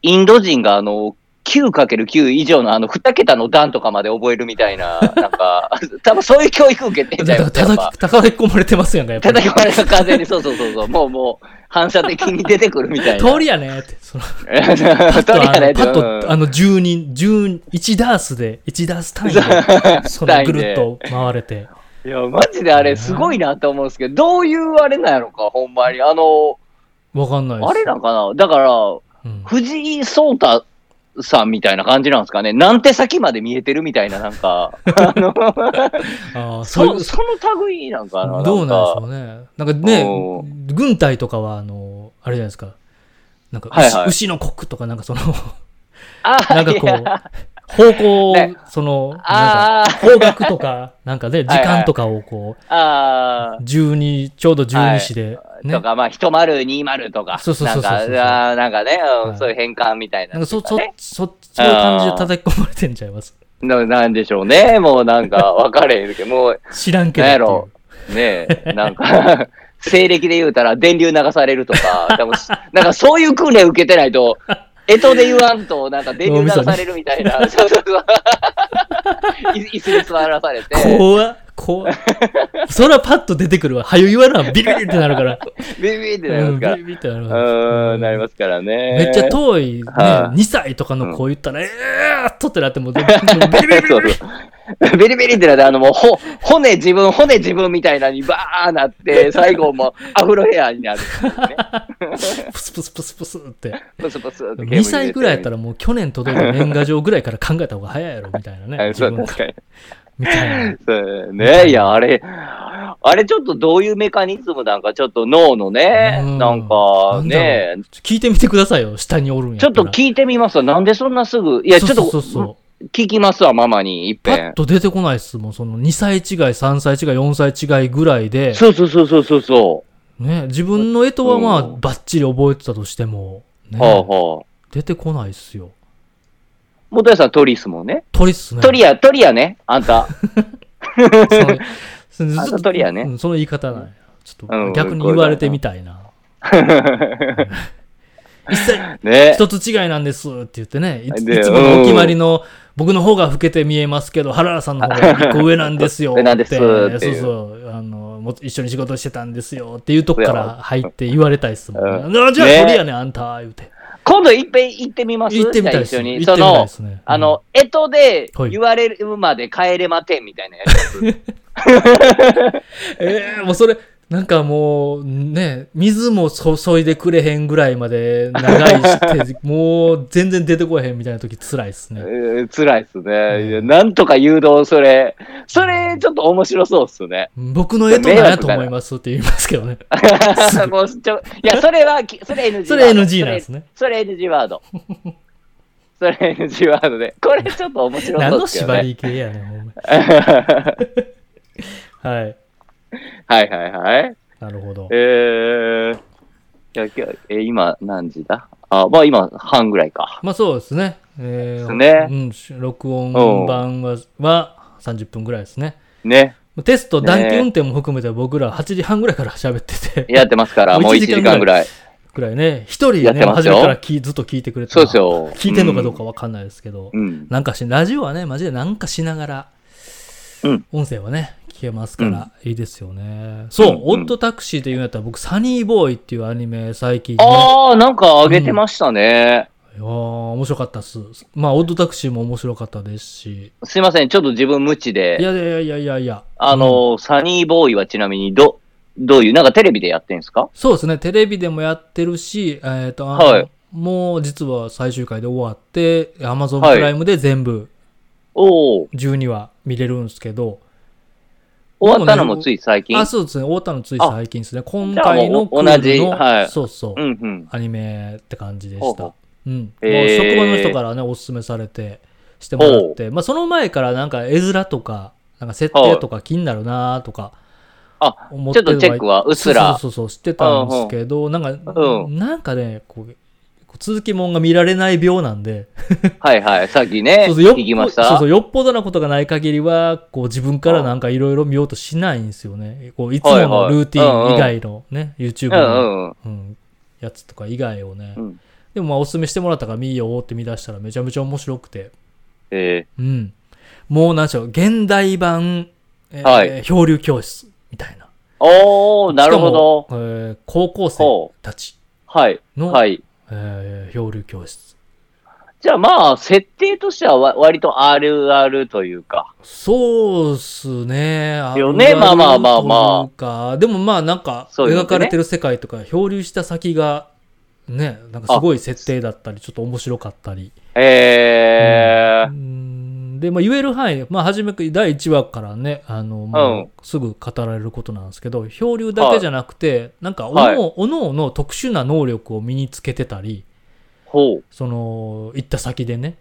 A: インド人があの、9×9 以上のあの、2桁の段とかまで覚えるみたい な、なんか、多分そういう教育受けてんじゃ
B: だ
A: い
B: か
A: ま
B: ら
A: すか。やっぱ
B: 叩き叩き込まれてますやんか、やっぱり。
A: 叩き込まれた風に、そうそうそうそう、もうもう、反射的に出てくるみたいな。
B: 通りやねーって。そのパッ
A: 通
B: と
A: りや
B: あ
A: ね
B: の、
A: って
B: パッ
A: う
B: と
A: ん
B: あの10人、10、1ダースで、1ダース単位 で、そのぐるっと回れて。
A: いや、マジであれ、すごいなと思うんですけど、どういうあれなんやろか、ほんまに。あの、
B: わかんないです。
A: あれなんかな、だから、
B: うん
A: 藤井聡太さんみたいな感じなんですかね、なんて先まで見えてるみたいな、なんか、あの
B: ああ、 そうい
A: そうその類なんかな。
B: どうなんでしょ
A: か
B: うね。なんかね
A: お、
B: 軍隊とかは、あの、あれじゃないですか。なんか牛、
A: はいはい
B: 牛の国とか、なんか その、
A: あ
B: なんかこ
A: いや
B: う、方向を
A: ね
B: その、なんか
A: あ
B: 方角とか、なんかね、時間とかをこ
A: ー、あ
B: う、12、ちょうど12市で、
A: ー、
B: ね。
A: とか、まあ、102とか、
B: そうそうそうそう
A: なんか、あーなんかね、うん
B: はい
A: そういう変換みたいな
B: なん
A: の
B: か
A: と
B: そ、
A: か
B: そ
A: ね、、
B: そ、そういう感じで叩き込まれてんちゃいます。
A: ななんでしょうね、もうなんか、分かれへんけど、もう、
B: 知らんけど
A: なんや
B: っていう。
A: ろ、ね え、なんか、西暦で言うたら電流流されるとか、多分なんかそういう訓練受けてないと、干支で言わんと、なんか電流流されるみたいな、そうそうそうい椅 子で座らされて、
B: 怖っ怖っそらパッと出てくるわ。はよ言わな、ビリビリってなるから。
A: ビビビってなり
B: う
A: ますか
B: ん、ビ
A: ら。
B: リビリってなるから。
A: うーん、なりますからね。
B: めっちゃ遠い、ね、
A: はい
B: 2歳とかの子言ったら、えーっとってなってもう、ビリビリビリ
A: そう
B: ビリ
A: そうビリビリってなって、あのもうほ、骨自分、骨自分みたいなのにバーなって、最後もうアフロヘアになるっていうね。
B: プスプスプスプスって。
A: プスプスって
B: 2歳ぐらいやった
A: ら、
B: らもう去年届いた年賀状ぐらいから考えた方が早いやろ、みたいなね。
A: はい、
B: 自
A: そう、
B: 分が
A: 確かに。
B: みたいな。
A: そうねいや、あれ、あれちょっとどういうメカニズムなんか、ちょっと脳のね、
B: うん
A: なんか
B: な
A: ね、
B: 聞いてみてくださいよ、下におるんや
A: ちょっと
B: い
A: 聞いてみますわ。なんでそんなすぐ、いや、ちょっと
B: そうそうそうそう。
A: 聞きますわ、ママにいっ
B: パ
A: ぺ
B: ッ
A: ん。
B: と出てこないっすもん。その2歳違い、3歳違い、4歳違いぐらいで、
A: そうそうそうそうそうそ
B: ね、自分の絵とはまあ、
A: うん
B: ばっちり覚えてたとしても、
A: う。はあ
B: ね、
A: はあ。
B: 出てこないっすよ。
A: 元谷さん、鳥っすもんね。
B: 鳥っすね。
A: 鳥や、鳥やね、あん た。
B: そのず っ
A: あ
B: と
A: そう鳥やね
B: うんその言い方なんやちょ
A: う
B: っと
A: ん
B: 逆に言われてみた いな。一切
A: ね。
B: 一つ違いなんですって言ってね、いつ
A: で
B: いつものお決まりの、僕の方が老けて見えますけど、原田さんの方が一個上なんですよって。
A: 上なんですっていう
B: そうそうあの。もう一緒に仕事してたんですよっていうとこから入って言われたいっすもん、ね。
A: うん
B: あじゃあ
A: ね
B: 鳥やね、あんた、言うて。
A: 今度いっぺん行ってみます
B: 行ってみたいっ
A: じ
B: す
A: ゃあ
B: ね。
A: 一緒に。そ
B: 行ってみたい
A: の
B: っ、すね。
A: あの、干支で言われるまで帰れまてんみたいなやつ。
B: うん、えーもうそれ、なんかもう、ね、水も注いでくれへんぐらいまで長い して、もう全然出てこへんみたいな時辛いっすね。
A: えー辛いっすね。
B: ん
A: いやなんとか誘導、それ。それ、ちょっと面白そうっす ね。
B: 僕の絵となんやと思いますって言いますけどね。
A: もうちょいや、それはき、それ NG ワード。
B: それ NG なんですね
A: それ。それ NG ワー ド。それ NG ワードで。これちょっと面白
B: 何
A: そう
B: の
A: っすけどね。
B: 縛り系やねん、ほんまはい。
A: はいはいはい。
B: なるほど
A: え。ー、いや今日えー今何時だあ、まあ今半ぐらいか。
B: まあそうですね。え
A: ですね
B: うんし、録音版はは30分ぐらいですね。
A: ね。
B: テスト、
A: ね
B: 暖気運転も含めて僕ら8時半ぐらいから喋ってて、
A: やってますから、
B: も
A: も
B: う
A: う
B: 1
A: 1時間ぐらい。
B: ぐらいね、一人
A: や
B: で
A: って
B: ね、
A: ます
B: 初
A: よ
B: めからきずっと聞いてくれてた
A: そうですよ。
B: 聞いてんのかどうかわかんないですけど、
A: うん。
B: なんかし、ラジオはね、マジでなんかしながら、
A: うん
B: 音声はね、聞けますから、いいですよね。そう、
A: うんうん
B: オットタクシーで言うんやったら、僕、サニーボーイっていうアニメ、最近、ね、
A: ああ、なんか上げてましたね。
B: いやー面白かったっす。まあ、オットタクシーも面白かったですし、
A: すいません、ちょっと自分無知で。
B: いやいやいやいやいや、
A: あ
B: うん
A: の、サニーボーイはちなみにど、どういう、なんかテレビでやってんすか
B: そうですね、テレビでもやってるし、えっ、と、あの
A: はい
B: もう実は最終回で終わって、アマゾン
A: はい
B: プライムで全部
A: おお、
B: 12話見れるんですけど、
A: 終わったのもつい最近。
B: あ、そうですね、太田のつい最近ですね、今
A: じゃあ
B: 回の
A: も
B: クー
A: う
B: ルの
A: 同じはい
B: そうそう、
A: うんうん。
B: アニメって感じで
A: ほう
B: し
A: ほ
B: た
A: う。
B: うん。
A: へ
B: もう
A: ー
B: 職場の人からね、おすすめされて、してもらって、まあその前からなんか絵面とか、なんか設定とか気になるなーとか、
A: あ、
B: 思
A: ちょっとチェックはうっすら
B: そうそうそうそうしてたんですけど、なんか、
A: うん
B: なんかねこうこう続きもんが見られない病なんで
A: はいはい、さっきね、
B: そうそうよっ
A: 聞きました。
B: そうそうよっぽどなことがない限りはこう自分からなんかいろいろ見ようとしないんですよねこういつものルーティン以外のね、YouTube
A: う
B: の、
A: んうん
B: うん、やつとか以外をね、
A: うん。
B: でもまあおすすめしてもらったから見ようって見出したらめちゃめちゃ面白くて
A: え
B: うんもうなんでしょう現代版、えー
A: はい
B: 漂流教室みたいな
A: ー、おー、なるほ
B: し
A: ど。
B: かもえー高校生たち
A: はい。
B: の、
A: はい。
B: えー漂流教室。
A: じゃあまあ、設定としてはわ割と RR というか。
B: そうっすね。
A: よね
B: ある
A: まあまあまあまあ
B: というか、でもまあなんか、
A: そういうのっ
B: 描
A: てね
B: かれてる世界とか、漂流した先が、ね、なんかすごい設定だったり、ちょっと面白かったり。
A: えー、
B: うんで、まあ言える範囲で、まあ初めく第1話からね、あの、も
A: うん
B: うすぐ語られることなんですけど、漂流だけじゃなくて、なんか、おの、おのおの特殊な能力を身につけてたり、
A: ほう。
B: その、行った先でね、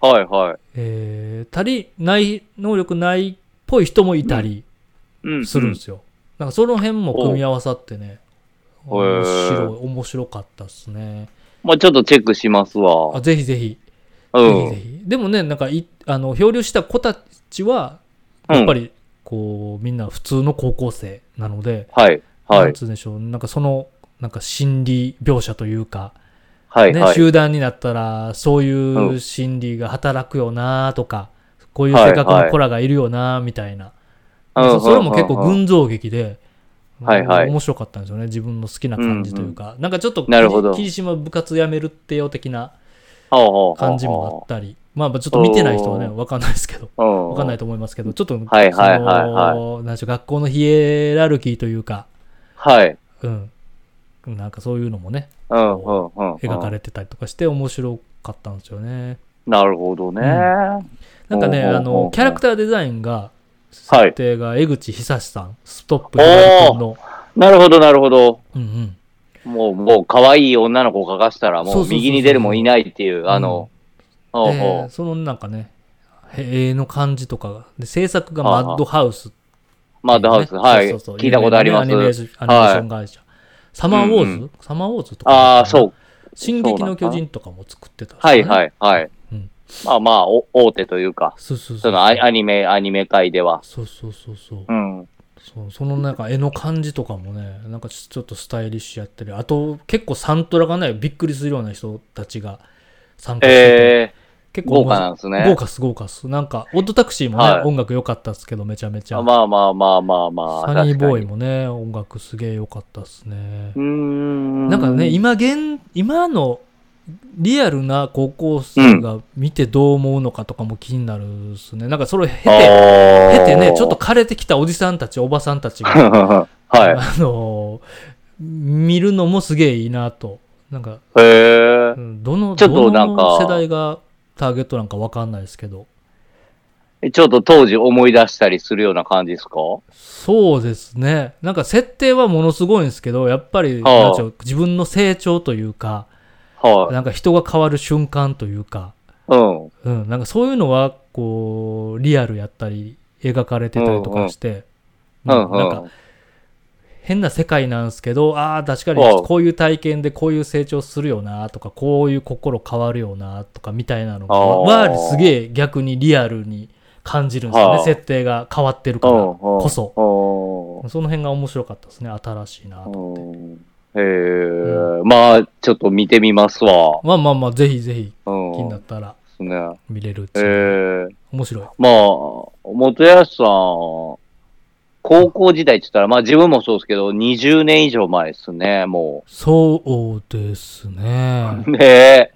A: はいはい。
B: えー、足りない、能力ないっぽい人もいたり
A: うん、うん。
B: するんですよ。なんかその辺も組み合わさってね、
A: おうへー
B: 面白い、面白かったっすね。
A: まあちょっとチェックしますわ
B: あ。ぜひぜひ、
A: う
B: ぜ
A: ん。
B: ひぜひ。でもね、なんかい、あの、漂流した子たちは、やっぱり、こう、みんな普通の高校生なので、
A: はい。は
B: なん
A: い。
B: つうんでしょう、なんかその、なんか心理描写というか、
A: はい。
B: ね
A: はい。
B: 集団になったらそういううん心理が働くよなとか、こういう性格の子らがいるよなみたいな、
A: うん
B: そそれも結構
A: うんうん
B: 群像劇で、
A: はいはい
B: 面白かったんですよね自分の好きな感じというか、なんかちょっと
A: なるほど
B: 霧島部活やめるってよ的な
A: ほうほうほうほう
B: 感じもあったりまあまあちょっと見てない人はね
A: お
B: わかんないですけど。
A: うん。
B: わかんないと思いますけど、ちょっと、
A: はいはいはいはい
B: そのなんでしょう、学校のヒエラルキーというか、
A: はい。
B: うん。なんかそういうのもね、
A: うん、うん、うん。
B: 描かれてたりとかして面白かったんですよね。
A: なるほどね。
B: なん
A: ほ
B: かね、
A: うほう
B: あ
A: ほうほ
B: の
A: う、
B: キャラクターデザインが、
A: はい
B: 設定が江口久志さん、ストップひばりくんの、
A: なるほど、なるほど。
B: うんうん。
A: もう、もう、可愛い女の子を描かしたら、
B: そう
A: も
B: そう
A: う
B: そう
A: 右に出るもいないっていう、あの、ほう
B: で
A: ほ
B: そのなんかね、絵の感じとかが、で制作がマッドハウスっていう
A: う。マッドハウス、
B: ね
A: はい。
B: そうそうそう
A: 聞いたことあります。
B: 有名なねアニメーションアニメーション会社。サマーウォーズサマーウォーズとか。
A: ああ、そう。
B: 進撃の巨人とかも作ってたしね。
A: はい、はい、はい
B: うん。
A: まあまあ、お大手というか、
B: そうそうそ。
A: そうのアアニメ、アニメ界では。
B: そうそうそうそう。
A: うん。
B: そうそのなんか絵の感じとかもねなんかちょっとスタイリッシュやってるあと結構サントラがねびっくりするような人たちが参加してて、
A: え
B: 結
A: ー、豪華
B: 面
A: な
B: 白
A: んですね。
B: 豪華っす豪華っすなんかオッドタクシーもね、
A: はい
B: 音楽良かったっすけどめちゃめちゃ、
A: まあまあまあまあまあ。
B: サニーボーイ
A: 確か
B: もね音楽すげえ良かったっすね
A: に。うーん。
B: なんかね今現今のリアルな高校生が見てどう思うのかとかも気になるっすね、なんかそれを経て
A: 経
B: 経てねちょっと枯れてきたおじさんたちおばさんたちが
A: は
B: あのー見るのもすげえいいなと。なんか、
A: い。へえ
B: う。んどの、
A: ちょっとなんか
B: どの世代がターゲットなんかわかんないですけど。
A: ちょっと当時思い出したりするような感じですか
B: そうですね。なんか設定はものすごいんですけど、やっぱり、
A: はあ
B: なんちゅう自分の成長というか、
A: はい。
B: なんか人が変わる瞬間というか、
A: うん。
B: うん、なんかそういうのは、こう、リアルやったり、描かれてたりとかして、
A: う
B: うん
A: ん
B: なん
A: う
B: か
A: ん。
B: 変な世界なんですけどああ確かに
A: おう
B: こういう体験でこういう成長するよなとかこういう心変わるよなとかみたいなのが
A: あー
B: ワールすげえ逆にリアルに感じるんですよ
A: は
B: ね
A: あ
B: 設定が変わってるからこそ
A: そ。
B: その辺が面白かったですね新しいなと思って
A: へえ。まあ、ちょっと見てみますわ。
B: まあまあまあぜひぜひ
A: うん。
B: 気になったら
A: ですね。
B: 見れるって
A: え
B: いう
A: え。
B: 面白い
A: まあ、元康さん、高校時代って言ったら、まあ自分もそうですけど、20年以上前ですね、も
B: そうですね
A: う。ね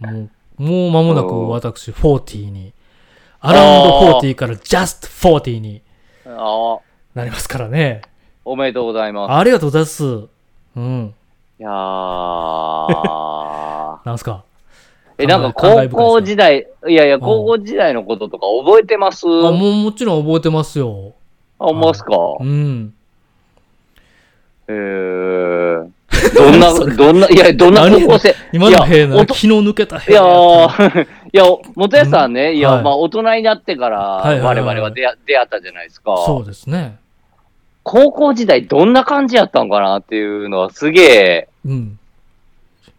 B: もう、もう間もなく
A: お
B: 私、40に、アラウンド40から just 40に
A: え。あ
B: なりますからね。
A: おめでとうございます。
B: ありがとうございます。うん。
A: い やー。
B: なんすか。
A: え、なんか
B: 感慨
A: 高
B: 深いですか
A: 校時代、いやいや、高校時代のこととか覚えてます
B: あ、
A: あ、
B: もうもちろん覚えてますよ。
A: ほんまっすか
B: うん。
A: えー。ど んな、どんな、いや、どんな
B: 何
A: 高校生。
B: 今の
A: い
B: 兵
A: や
B: な
A: お
B: ら
A: と
B: 気の抜けた
A: い
B: 兵
A: や
B: は
A: ー、いや、元谷さんね、いや、
B: はい
A: まあ、大人になってから、
B: はいはいはい
A: 我々は出会出会ったじゃないですか。
B: そうですね。
A: 高校時代どんな感じやったんかなっていうのはすげえ、
B: うん。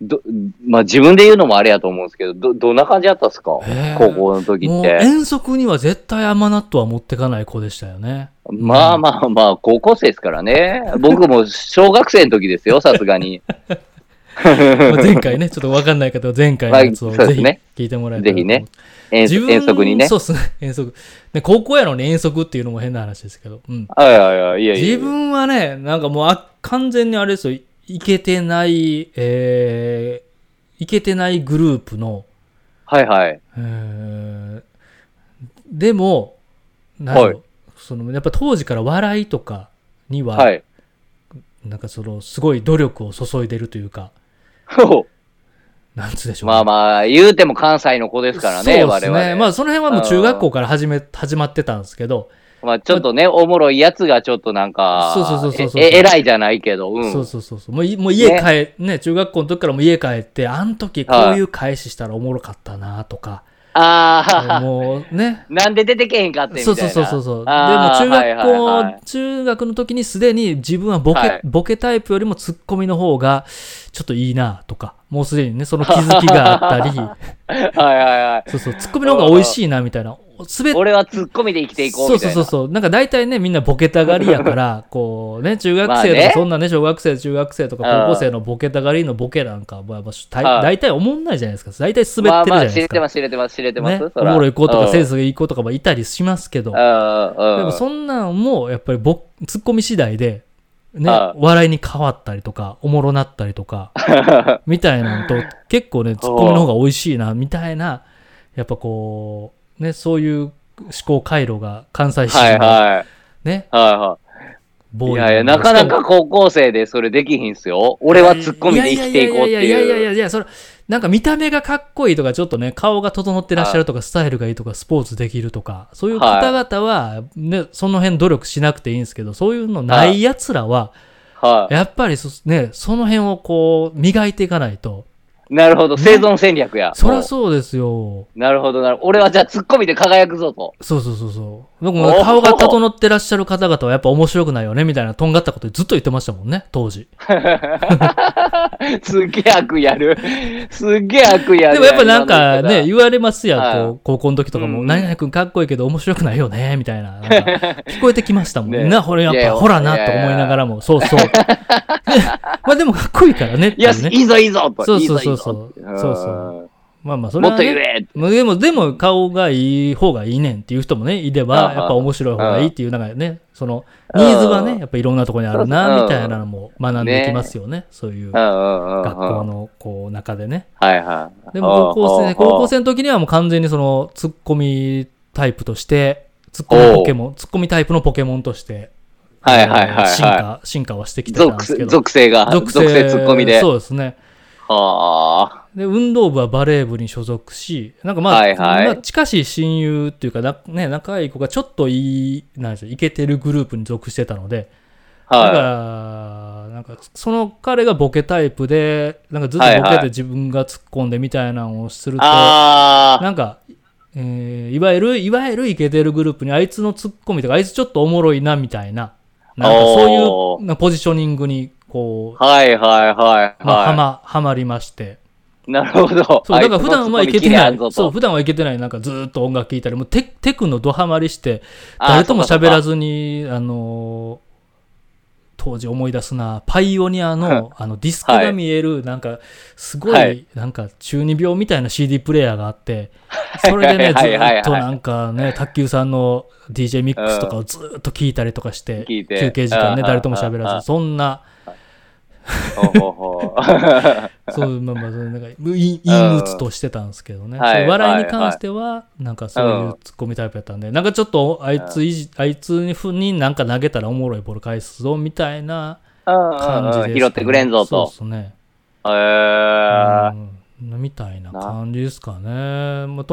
A: ど、まあ自分で言うのもあれやと思うんですけど、ど、どんな感じやったんですか
B: えー
A: 高校の時
B: も
A: っ
B: う
A: て。
B: 遠足には絶対甘納豆は持ってかない子でしたよね。
A: まあまあまあ、高校生ですからね。僕も小学生の時です よ、さすがに。
B: まあ前回ね、ちょっとわかんない方は前回のやつを
A: はいそう
B: ぜ
A: で
B: ひ
A: すね
B: 聞いてもらえたらと思います。
A: 遠遠足にね
B: そ。うっすね、 遠足。ね、高校やのに遠足っていうのも変な話ですけど。うん。
A: はいはいはい、いやいやいや
B: 自分はね、なんかもうあ完全にあれですよ、いいけてない、えー、いけてないグループの、
A: はいはい。
B: えーでも、なんやろ
A: は
B: そのやっぱ当時から笑いとかには、
A: はい。
B: なんかそのすごい努力を注いでるというか、
A: ほ
B: なんつうでし
A: う
B: ょうね、
A: まあまあ、言うても関西の子ですからね、
B: そう
A: 我
B: です
A: 々。
B: ね。まあその辺はもう中学校から始め、始まってたんですけど、
A: まあちょっとね、おもろいやつがちょっとなんか、
B: そうそうそうそうそう
A: ええ偉いじゃないけど、うん。
B: そうそうそうそう。もういもう家帰、ね中学校の時からもう家帰って、あの時こういう返ししたらおもろかったなとか、
A: ああ、
B: もうね。
A: なんで出てけへんかってみた
B: そ
A: いうな。
B: そうそうそうそう。でも
A: あー
B: 中学校、
A: はいはいはい
B: 中学の時にすでに自分はボケ、
A: はい
B: ボケタイプよりもツッコミの方がちょっといいなとか、もうすでにね、その気づきがあ ったり、
A: はいはいはい。
B: そうそう、ツッコミの方が美味しいなみたいな、すべて
A: 俺はツッコミで生きていこう
B: そう
A: みたい
B: そ
A: うな。
B: そうそうなんか大体ねみんなボケたがりやから こうね中学生と
A: まあ
B: か
A: ね
B: そんなね小学生中学生とか
A: うん
B: 高校生のボケたがりのボケなんかまあまあ大
A: はい
B: 大体思んないじゃないですか大体滑ってるじ
A: ま
B: ゃ
A: あま
B: な
A: あ、
B: い
A: 知
B: で
A: れ
B: す
A: て
B: か
A: ます、知れてます、知れてます。
B: ね
A: そ
B: お
A: ら
B: もろい子とかセン
A: ス。
B: スがいい子とかもいたりしますけど
A: うん
B: で
A: うんうん
B: もそんなんもやっぱりぼツッコミ次第でね
A: は
B: 笑いに変わったりとかおもろなったり とかみたいなのと結構ねツッコミの方が美味しいなみたいなやっぱこうねそういう思考回路が関西市
A: はい
B: の
A: はい。
B: ね
A: はいはい。い
B: ボーイ
A: やいや、なかなか高校生でそれできひんすよ。俺はツッコミで生きていこうって
B: やいやいやいやい
A: いう。
B: やいや、それ、なんか見た目がかっこいいとか、ちょっとね、顔が整ってらっしゃるとか、スタイルがいいとか、スポーツできるとか、そういう方々は、ね、その辺努力しなくていいんですけど、そういうのない奴らは、
A: は
B: やっぱりそ、ね、その辺をこう、磨いていかないと。
A: い。なるほど、生存戦略や。
B: そりゃそうですよ。
A: なるほど、なるほど。俺はじゃあツッコミで輝くぞと。
B: そうそうそうそう。僕
A: お
B: も
A: ー
B: 顔が整ってらっしゃる方々はやっぱ面白くないよね、みたいな、とんがったことずっと言ってましたもんね、当時。
A: すっげえ悪やる。 すっげえ悪やる。
B: でもやっぱなんかね、
A: 今の言い
B: 言われますやん、
A: はい
B: こう高校の時とかも、
A: うん
B: 何々君かっこいいけど面白くないよね、みたい な。なんか聞こえてきましたもん。
A: ね
B: な、ほら、やっ
A: いやいや
B: ぱ、ほらな、と思いながらも、そうそ う。でまあでもかっこいいからね、っ
A: 方。
B: ていう
A: よし、
B: ね。
A: いいぞいいぞと。
B: そうそう
A: いいぞいいぞ
B: そうそう
A: うん
B: そうそまあまあ、それ
A: もっ
B: は
A: と言
B: ね。
A: え
B: まあでも、でも、顔がいい方がいいねんっていう人もね、いれ
A: あ
B: ば、
A: あ
B: やっぱ面白い方がいいっていう、なんかね、その、
A: うん
B: ニーズはね、やっぱいろんなところにある
A: そう
B: な、
A: そう
B: みたいなのも学んでいきますよね、そういう
A: う
B: 学
A: んうんうんうん。
B: 校の、こう、中でね。
A: はいはい。
B: でも高校
A: おうおうお
B: 生、
A: う
B: 高校生の時にはもう完全にそのツッコミタイプとして、ツッコミポケモン、ツッコミタイプのポケモンとして、
A: はいはいはい、
B: 進
A: は
B: 化、進化はして
A: い。
B: きてたんですけ
A: 属
B: ど。
A: 属性が、属性ツッコミで。
B: そうですね。
A: は
B: で、運動部はバレー部に所属し、なんかまあ、
A: はいはい
B: まあ近しい親友っていうかな、ね、仲いい子がちょっといい、なんでしょう、イケてるグループに属してたので、
A: あ。
B: だか
A: は
B: ら、なんか、その彼がボケタイプで、なんかずっとボ
A: はい
B: ケ
A: は
B: て
A: い
B: 自分が突っ込んでみたいなのをする
A: い。
B: と、
A: あ
B: なんか、えーいわゆる、いわゆるイケてるグループに、あいつのツッコミとか、あいつちょっとおもろいな、みたいな、なんかそ
A: お
B: ういうなポジショニングに、こ
A: あ。はいはいはい。
B: う、まあ、は
A: は
B: ま、はまりまして。
A: い。なるほど。
B: そう、
A: あ
B: だ
A: い
B: から
A: つ
B: 普
A: のツッ
B: 段は
A: コミ
B: いけて
A: 切れ
B: な
A: あん
B: い
A: ぞ、と
B: そう、普段はいけてない、なんかずーっと音楽聴いたり、もうテテクのドハマりして、
A: あー
B: 誰とも
A: そうか
B: 喋らずに、あのー当時思い出すな、パイオニアのあのディスクが見える、なんか、すご
A: はいい、
B: なんか中二病みたいな CD プレイヤーがあって、それでね、ず
A: はいはいはい
B: ーっとなんかね、卓球さんの DJ ミックスとかをずーっと聞いたりとかして、
A: 聞いて
B: 休憩時間ね、
A: あー
B: 誰とも喋ら
A: あ
B: ず、そんな、
A: ほうほう ほう
B: そう、まあまあ、そのなんか、陰陰鬱としてたんですけどね。
A: はい
B: そう笑い
A: はい
B: に関しては、なんかそういうツッコミタイプやったんで、なんかちょっと、あいついじ、あいつにふになんか投げたらおもろいボール返すぞ、みたいな感じ
A: うんうん
B: で
A: う
B: す
A: ん
B: ね、
A: 拾ってくれんぞと。
B: そうですね。
A: へえ。
B: うん、みたいな感じですかね。まあ、友達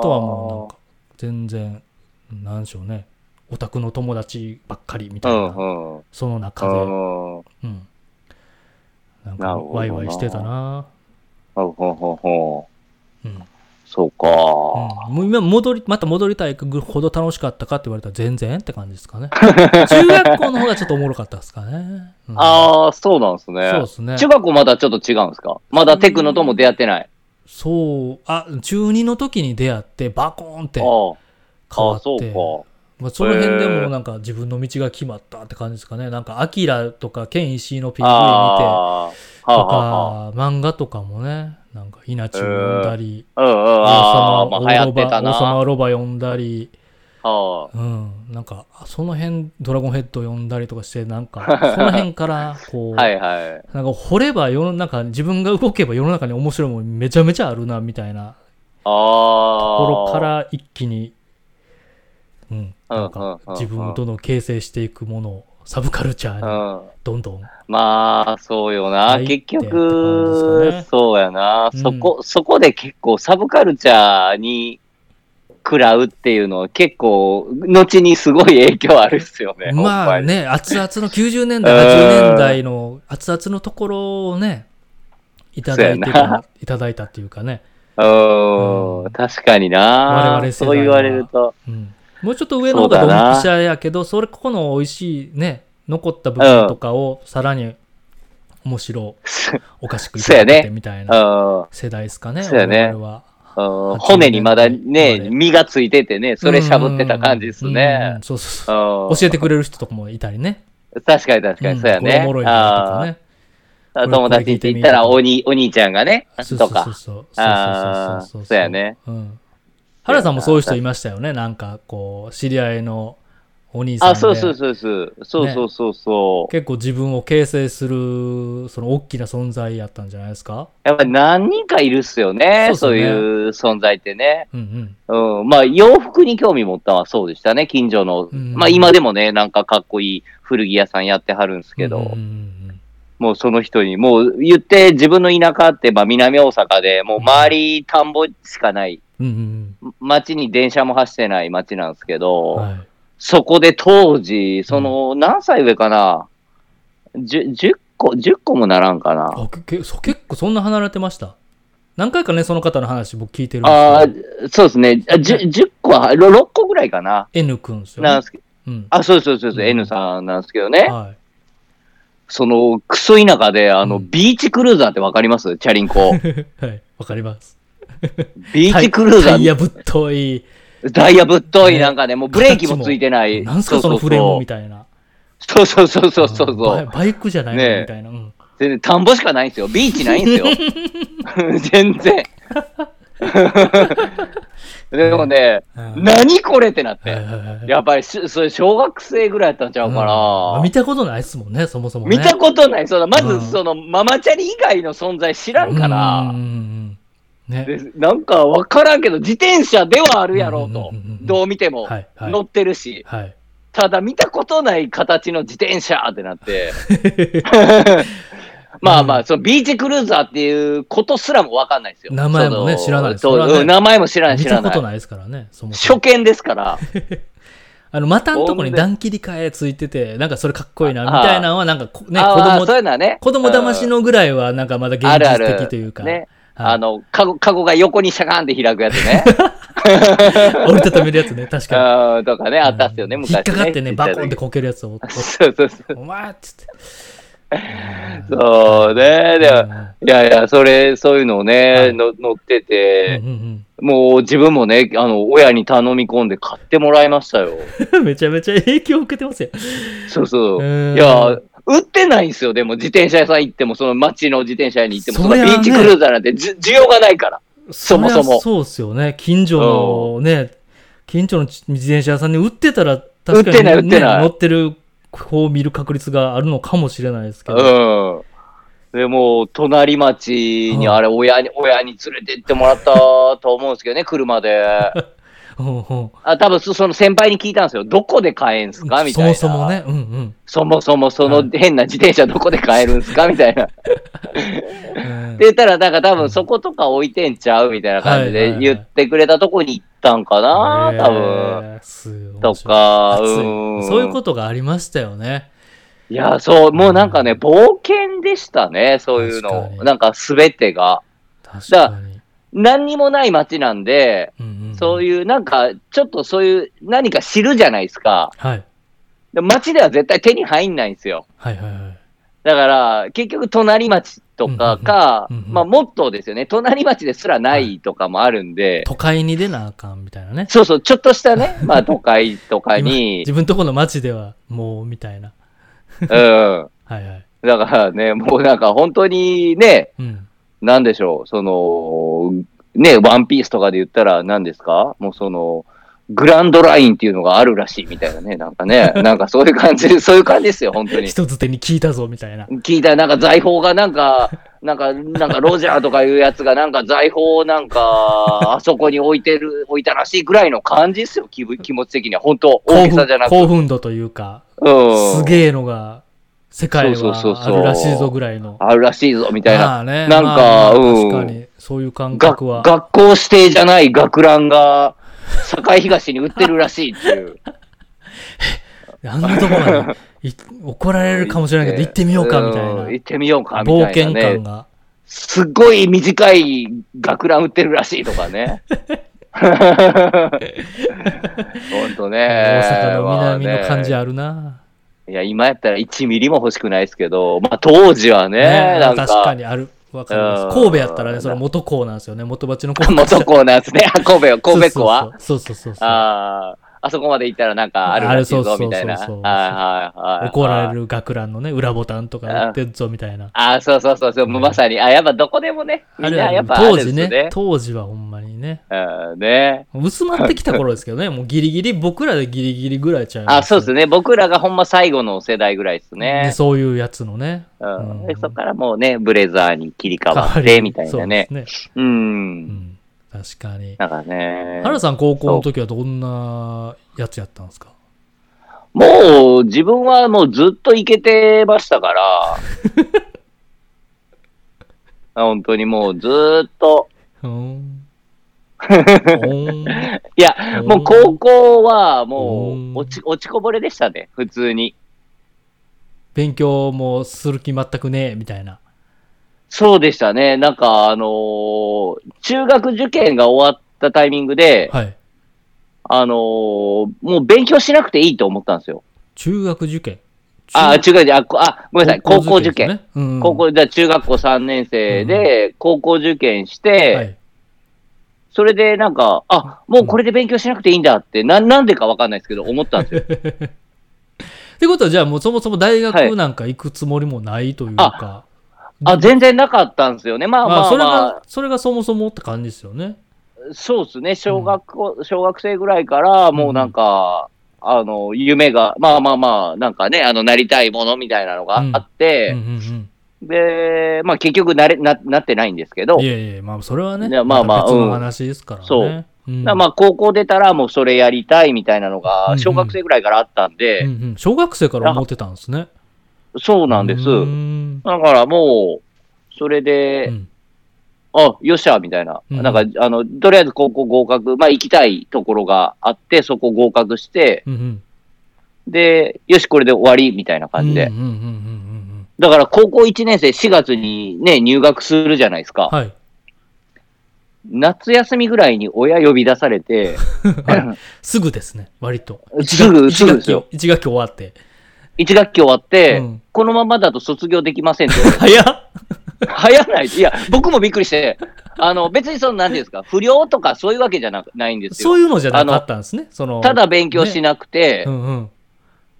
B: とはもうなんか、全然、なんでしょうね。オタクの友達ばっかりみ
A: う
B: たいな、
A: んうん。
B: その中で、
A: うん
B: うん。なん
A: な
B: か、
A: るほどな
B: ワイワイしてたな。
A: ほうほうほうほ
B: うん。
A: うそうか。
B: うん、もう今戻り、また戻りたいほど楽しかったかって言われたら全然って感じですかね。 中学校の方がちょっとおもろかったですかね。うん
A: ああ、そうなんです
B: そう
A: ね
B: で。すね。
A: 中学校まだちょっと違うんですかまだテクノとも出会ってない。
B: そう、あ、中2の時に出会って、バコーンって
A: あ
B: 変
A: ーあ
B: わ
A: ー、
B: っ
A: そう
B: て、
A: か。
B: まあ、その辺で
A: へー
B: もなんか自分の道が決まったって感じですかね。なんか、アキラとか、ケン・イシイの PV 見て、
A: ああ、
B: と
A: は
B: か、漫画とかもね、なんか、稲中読んだり、
A: あはあはあ。うんうん、ああ、ま
B: 王
A: あ
B: 様
A: 流行っ
B: オーロ
A: て
B: バ
A: たな。
B: 王様
A: は
B: ロバ読んだり、
A: あ。
B: うん、なんか、その辺、ドラゴンヘッド読んだりとかして、な んか、その辺から、こう、
A: はいはい。
B: なんか、掘れば世の中、自分が動けば世の中に面白いもんめちゃめちゃあるな、みたいな
A: ああ。
B: ところから一気に、うん、なん
A: うんうん
B: か
A: うんうん
B: 自分をどんどん形成していくものをサブカルチャーに
A: うん。
B: どんどん、
A: まあ、そうよな。
B: 入って
A: 結
B: って感じですか
A: 局
B: ね、
A: そうやな。
B: うん
A: そこ、そこで結構サブカルチャーに食らうっていうのは結構、後にすごい影響あるっすよね。ほん
B: まあ
A: に。
B: ね熱々の90年
A: うん
B: 代80年代の熱々のところをねいただいて
A: そうやない
B: ただいたっていうかね、
A: う
B: うん
A: ん、確かにな
B: 我々世代は。
A: そう言われると。
B: うん、もうちょっと上の方が
A: そうだな
B: ドンピシャやけどそれここの美味しいね残った部分とかをさらに面白 おかしくいただい
A: そうや
B: て
A: ね
B: みたいな
A: うん。
B: 世代ですかね
A: そうやね
B: 我々は
A: うん
B: 80
A: 骨にまだ
B: 年
A: ね、
B: 代
A: 身がついててね、それしゃぶってた感じです
B: うんうんう
A: ね
B: ん。そうそうそう
A: 教
B: 教えてくれる人とかもいたりね。
A: 確かに確かに、そうや
B: んこれお
A: ね
B: もろ。いなとか
A: あ
B: ね。
A: ー
B: これ
A: 友達にって言ったら、おにお兄ちゃんがね、
B: そうそ
A: と
B: うそ
A: か
B: う。そう。
A: あーそうやね。
B: うん。原さんもそういう人いましたよね。なんか、こう、知り合いのお兄さんで。
A: あ、そうそうそうそう。そうそうそうそう。
B: 結構自分を形成する、その大きな存在やったんじゃないですか。
A: やっぱり何人かいるっすよね、
B: そ
A: そう
B: っす
A: う
B: ね
A: いう存在ってね。
B: うんうん。
A: うん、まあ、洋服に興味持ったのはそうでしたね、近所の。
B: うん
A: まあ、今でもね、なんかかっこいい古着屋さんやってはるんですけど。
B: うんうんうん
A: もうその人に、もう言って自分の田舎って、まあ南大阪で、もう周り田んぼしかない、
B: うん。うん
A: 町に電車も走ってない町なんですけ
B: う
A: ど、
B: ん。はい。
A: そこで当時、その、何歳上かな、じゅ 10, 個、10個もならんかな。
B: あけけそ結構そんな離れてました。何回かね、その方の話僕聞いてるん
A: ああ
B: ですけど。、
A: そうですね。あ 10, 10個は、6個ぐらいかな。
B: N 君ですよ、
A: なん
B: ね
A: ですけど、
B: うん。
A: あ、そうそうそうそう、
B: うん
A: N さんなんですけどね。
B: はい。
A: その、クソ田舎で、あの、
B: うん
A: ビーチクルーザーってわかりますチャリン コ。
B: はい、わかります。
A: ビーチクルーザ
B: タ
A: ー
B: イヤ ぶっとい、
A: ダイヤぶっとい、
B: ね
A: なんかね、もうブレーキもついてない。
B: なんすかそのフレームみたいな。
A: そうそうそうそうそうそうそ
B: バイ
A: う。
B: バイクじゃない
A: ね
B: の
A: え
B: みたいな。うん
A: 全然田んぼしかないんですよ。ビーチないん ですよ。全然。でもね、
B: うん
A: 何これってなっ
B: はい
A: て。
B: はいはい
A: やっぱりし、それ小学生ぐらいやったんちゃうか
B: うん見
A: な。
B: たことないっすもんね、そもそもね。
A: 見たことない。そのま
B: うん
A: ず、その、ママチャリ以外の存在知らんか
B: うん
A: ら
B: う。んうんうん
A: で
B: ね。
A: なんかわからんけど、自転車ではあるやろうと
B: うんうんうんうんう。ん
A: どう見ても
B: はい。はい
A: 乗ってるし。
B: はい。
A: ただ見たことない形の自転車ってなっ て。まあまあ、そのビーチクルーザーっていうことすらもわかんないですよ。
B: 名前もね
A: その
B: 知らないです
A: そう
B: それはね
A: うん名前も知らない、
B: 見
A: 知ら
B: たこ
A: な
B: と
A: い。
B: ないですからね、そもそ
A: 初
B: も。
A: 見ですから。
B: あの、股のとこに段切り替えついてて、なんかそれかっこいいな、みたいなのは、なんかこね、子
A: ああ、そう
B: 供、
A: いうのはね。
B: 子供騙し
A: うん
B: のぐらいは、なんかまだ現
A: あるあ
B: 実的
A: る
B: というか。
A: ね。
B: はい
A: あの、カゴ、カゴが横にシャカーンって開くやつ ね。
B: 折りたためるやつ ね、確かに。
A: うん、とかね、あったっすよね、
B: うん
A: 昔ね。
B: 引っかかってね、
A: ちちゃ
B: バ
A: い時
B: コンってこけるや つを。
A: そうそうそう。
B: おお前っつって。
A: そうね。で
B: うん
A: は、いやいや、それ、そういうのを
B: は
A: ね、
B: い
A: の乗ってて
B: うん、うん
A: もう自分もね、あの、親に頼み込んで買ってもらいましたよ。
B: うん めちゃめちゃ影響を受けてますよ。
A: そうそうう。
B: ん
A: いや、売ってないんですよ。でも自転車屋さん行っても、その街の自転車屋に行っても、そ
B: そり
A: の
B: ゃ
A: ビ
B: ね
A: ーチクルーザーなんてじ需要がないから。そもそも
B: りゃそうっすよね。近所のね、近所の自転車屋さんに売ってたら、確か
A: 売って
B: に、
A: ない売って
B: ね、
A: ない
B: 乗ってる方を見る確率があるのかもしれないですけど。
A: うん。でも、隣町に
B: うん
A: あれ、親に、親に連れて行ってもらったと思うんですけどね、車で。
B: うんうん
A: あ、多分そその先輩に聞いたんですよ。どこで買えんすかみた
B: そ
A: いな。
B: もそも。ね。うん うん
A: そもそもそ
B: は
A: の
B: い
A: 変な自転車どこで買えるんすかみたいな。
B: うん。
A: って言ったら、なんか多分そことか置いてんちゃうみたいな感じ
B: はい
A: で
B: はいはい
A: 言ってくれたとこに行ったんかな、多分。
B: えーすごい
A: とか、
B: 熱い
A: うん。
B: そういうことがありましたよね。
A: いや、そう、もうなんかね、冒険でしたね、そういう
B: 確か
A: の
B: に。
A: なんかすべてが。
B: 確かに。
A: 何にもない街なんで、
B: うんうん、
A: そう
B: う。
A: いう、なんか、ちょっとそういう、何か知るじゃないですか。
B: はい。
A: で街では絶対手に入んないんですよ。
B: はいはいはい。
A: だから、結局、隣町とかか、
B: うんうんうんうんうん
A: まあ、もっとですよね、隣町ですらないとかもあるんで、
B: 都会に出なあかんみたいなね。
A: そうそう、ちょっとした ね、まあ、都会とか
B: 今
A: に
B: 自、分とこの街ではもうみたいな。
A: うん。だ
B: はいはい。
A: からね、もうなんか本当にね、
B: うん。
A: なんでしょう、その、ね、ワンピースとかで言ったら何ですかもうその、グランドラインっていうのがあるらしいみたいなね、なんか ね、なんかそういう感じ、そういう感じですよ、本当に。
B: 人づてに聞いたぞみたいな。
A: 聞いたらなんか財宝がなんか、なんか、なんかロジャーとかいうやつがなんか財宝をなんか、あそこに置いてる、置いたらしいぐらいの感じですよ、気分気持ち的には。本当大
B: 興
A: げさじゃな
B: 奮
A: くて。
B: 興奮度というか、
A: うん。
B: すげえのが世界
A: そうそうそう
B: はあ
A: そう
B: るらしいぞぐらいの。
A: あるらしいぞ、みたいな。
B: まあね、
A: なんか
B: まあまあ
A: うん
B: 確かに、そういう感
A: が
B: 覚は。
A: 学校指定じゃない学ランが、堺東に売ってるらしいっていう。
B: あんなとこ までい怒られるかもしれないけど、行ってみようかみたい
A: うん
B: な。
A: 行ってみようかみたい
B: 冒
A: な、
B: 険
A: ね。
B: 感が。
A: すっごい短い学ラン売ってるらしいとか ね。ほんとね。
B: 大阪の南の感じ
A: まあね
B: あるな。
A: いや、今やったら1ミリも欲しくないですけど、まあ当時はね、
B: ね
A: なんか、
B: 確かにある。わかりま
A: うん
B: す。神戸やったらね、それ元校なんですよね。元町の校
A: 元校なん ですね。あ神戸よ、神戸校は。
B: そうそうそうそうそうそうそう。
A: あーあそこまで行ったらなんかあるらしい
B: あれそうそ
A: ぞ
B: うそう
A: みたいな。
B: そ
A: はい
B: うそう
A: はいはい。
B: 怒られる学ランのね、裏ボタンとかやってんぞみたいな。
A: ああ、そうそうそうそう、もうまさに、あ、やっぱどこでもね、みんなやっぱあ
B: 当
A: るん
B: 時
A: です
B: ね
A: ね、。
B: 当時はほんまにね。
A: うんね。
B: 薄まってきた頃ですけどね、もうギリギリ、僕らでギリギリぐらいちゃいます
A: あ、そうですね。僕らがほんま最後の世代ぐらいです
B: で
A: ね。
B: そういうやつのね。
A: うん、
B: う
A: で
B: ん
A: そこからもうね、ブレザーに切り替
B: 変
A: わ
B: わ
A: っ
B: り
A: て、みたいなね。
B: そうです
A: う。
B: ね。うんん。確かに。
A: なんかね。
B: 原さん高校の時はどんなやつやったんですか
A: もう、自分はもうずっといけてました から。本当にもうずっと。
B: うーん。うー
A: い
B: ん
A: や、もう高校はも
B: うん
A: う落ち落ちこぼれでしたね、普通に。
B: 勉強もする気全くねえ、みたいな。
A: そうでしたね。なんか、あのー中学受験が終わったタイミングで、
B: はい。
A: あのーもう勉強しなくていいと思ったんですよ。
B: 中学受験。
A: あ、中学じゃ、あ、こあごめんなさい、高校受
B: です
A: 験。
B: ね。うん
A: 高校、じゃあ中学校3年生で、高校受験して、
B: はい。
A: それでなんか、あ、もうこれで勉強しなくていいんだって、な、なんでかわかんないですけど、思ったん ですよ。
B: ってことは、じゃあもうそもそも大学なんか行くつもりもないというか。
A: あ、全然なかったんですよね。まあまあ、ま
B: ま
A: あ、
B: あ、それが、それがそもそもって感じですよね。
A: そうですね、小学校、小学生ぐらいから、もうなんか、あの、夢が、まあまあまあ、なんかね、あの、なりたいものみたいなのがあっ
B: うんう
A: て、
B: ん
A: で、まあ結局なれな、なってないんですけど
B: うん。い、やいや、まあそれはね、
A: いやまあまあ
B: た別の話ですからね。
A: そう
B: うん。
A: まあ高校出たらもうそれやりたいみたいなのが、小学生ぐらいからあったん
B: う
A: で
B: ん、うん小学生から思ってたんですね。
A: そうなんです。
B: うーん
A: だからもう、それで、
B: うん
A: あ、よっしゃ、みたいな。
B: うん
A: なんか、あの、とりあえず高校合格、まあ行きたいところがあって、そこ合格して、
B: うんうん
A: で、よし、これで終わり、みたいな感じで
B: うん。うんうんうんうんうん
A: だから高校1年生4月にね、入学するじゃないですか。
B: はい。
A: 夏休みぐらいに親呼び出されて、
B: はいすぐですね、割と。
A: すぐ
B: 一
A: すぐ
B: 学
A: です
B: 期
A: よ、
B: 一学期終わって。
A: 1学期終わって、
B: うん
A: このままだと卒業できませんって言われて。
B: 早っ
A: 早ない。いや、僕もびっくりして、あの、別にその、なんていうんですか、不良とかそういうわけじゃなないんです
B: そ
A: よ。
B: ういうのじゃなかったんですね。その
A: ただ勉強しなくて
B: う、んうん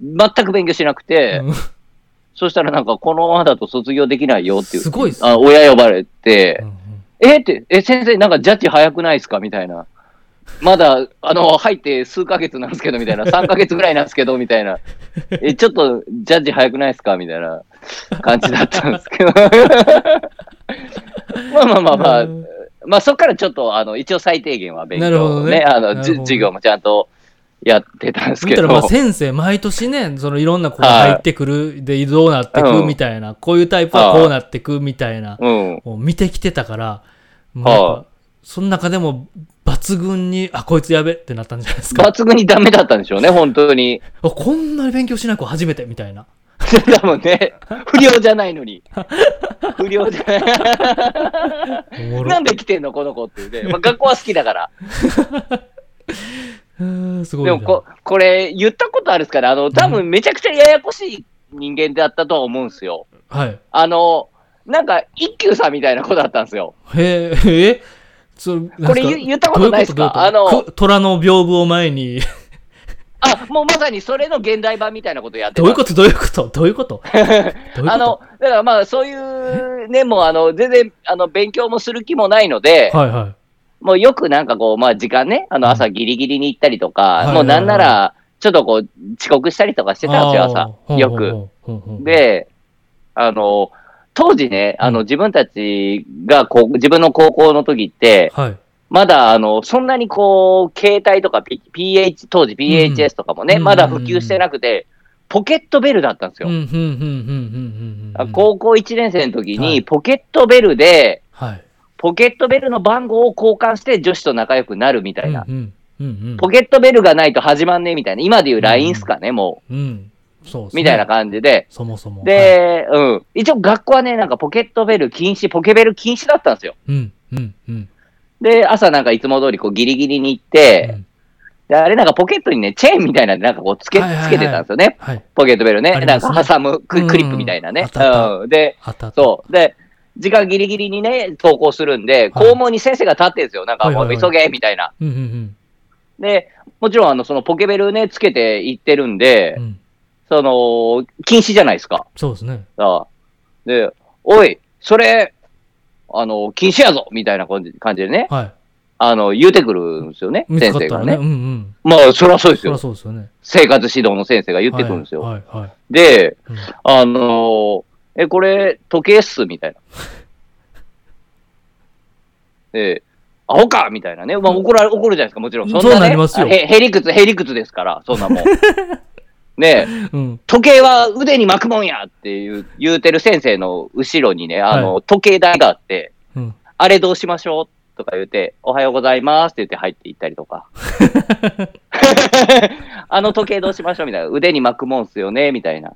A: 全く勉強しなくて、
B: うん
A: そしたらなんか、このままだと卒業できないよっていう。
B: すごいっすね
A: あ親呼ばれて、
B: うんうん
A: えって、え、先生、なんかジャッジ早くないですかみたいな。まだ、あの、入って数ヶ月なんですけど、み たいな。3ヶ月ぐらいなんですけど、みたいな。え、ちょっと、ジャッジ早くないですかみたいな感じだったんですけど。 まあまあまあまあ、まあそこからちょっと、あの、一応最低限は勉
B: なるほ
A: 強
B: ど
A: ね、
B: ね
A: あ
B: なる
A: の、
B: ほ
A: じ
B: ど
A: 授業もちゃんとやってたんです
B: 見
A: け
B: た
A: ど。
B: らまあ先生、毎年ね、そのいろんな子が入ってくる、で、どうなってく
A: うん
B: みたいな、こういうタイプはこうなってくみたいな、
A: うん。
B: もう見てきてたから、もうなんかその中でも抜群に、あ、こいつやべってなったんじゃないですか。
A: 抜群にダメだったんでしょうね、本当に。
B: あこんなに勉強しない子初めてみたいな。
A: だもん ね。不良じゃないのに。不良じゃない。
B: おもろ
A: なんで来てんのこの子っていうね。まあ、学校は好きだから。
B: うーんすごい
A: で
B: な
A: もこ、これ、言ったことあるっすから、あの、多分めちゃくちゃややこしい人間だったとは思うんすよ。
B: はい。
A: あの、なんか、一休さんみたいな子だったんですよ。
B: へえ、えそれ、
A: これ言言ったことないっすか
B: あ
A: あ
B: の
A: の、
B: く虎の屏風を 前に、
A: あ、もうまさにそれの現代版みたいなことやってた
B: どういうことどういうことどういうことどういうこと
A: あの、だからまあ、そういうね、もうあの、全然、あの、勉強もする気もないので、
B: はいはい。
A: もうよくなんかこう、まあ時間ね、あの朝ギリギリに行ったりと
B: いはい
A: か、
B: はい
A: もうなんなら、ちょっとこう、遅刻したりとかしてたんですよ、朝。
B: あー
A: よく。
B: ほんほんほんほんほん、
A: で、あの、当時ね、あの、
B: うん
A: 自分たちがこう、自分の高校の時って、
B: はい。
A: まだ、あの、そんなにこう、携帯とか、P、PH、当時 PHS とかもね、
B: うん
A: まだ普及してなくて、ポケットベルだったんです
B: うん、
A: よ。
B: うん、うん、うん、うん、うん。
A: 高校1年生の時
B: はい
A: に、ポケットベルで、
B: はい。
A: ポケットベルの番号を交換して女子と仲良くなるみたいな。
B: うん、うん、うんうん。
A: ポケットベルがないと始まんねえみたいな。今で言う LINE っすかね、も
B: うん。そうっす
A: う。
B: ね
A: みたいな感じで。
B: そもそも。はい、
A: で、うん。一応学校はね、なんかポケットベル禁止、ポケベル禁止だったんですよ。
B: うん、うん、うん。
A: で、朝なんかいつも通りこうギリギリに行って、
B: うん
A: で、あれなんかポケットにね、チェーンみたいなんでなんかこうつけ、
B: はいはいはい
A: つけてたんですよね。
B: はい。
A: ポケットベルね。
B: あり
A: な
B: ま
A: ん
B: すね
A: か挟むク
B: うん
A: クリップみたいな
B: あ
A: ね
B: っ。たあった
A: うん。で、
B: あったあった。
A: そう。で、時間ギリギリにね、登校するんで、
B: はい
A: 校門に先生が立ってるんですよ。なんか、
B: はいはいはい
A: 急げみたいな。
B: うん。うん、
A: で、もちろん、あの、そのポケベルね、つけて行ってるんで
B: うん。う、ん。
A: その、禁止じゃないですか。
B: そうですね。
A: ああで、おい、それ、あの、禁止やぞみたいな感じ感じでね、
B: は
A: あの、言うてくるんですよね、
B: い。見
A: 先
B: つかっ
A: 生
B: た
A: がね
B: らね。う。ん、うん。
A: まあ、そりゃそうです
B: そりゃ
A: よ。
B: そうですよね。
A: 生活指導の先生が言ってくるんですよ。
B: はい、はいはい。
A: で、
B: うん
A: あの、え、これ、時計っすみたいな。で、アホかみたいなね。まあ、怒ら、怒るじゃないですか、もちろん。そんな、ね、
B: そうなりますよ
A: へ、へりくつ、へりくつですから、そんな もん。ねえ
B: うん。
A: 時計は腕に巻くもんやっていう言うてる先生の後ろにね、あの、
B: は
A: 時計台があって、
B: うん。
A: あれどうしましょうとか言うて、おはようございますって言って入っていったりと か。あの時計どうしましょうみたいな。腕に巻くもんっすよねみたいな。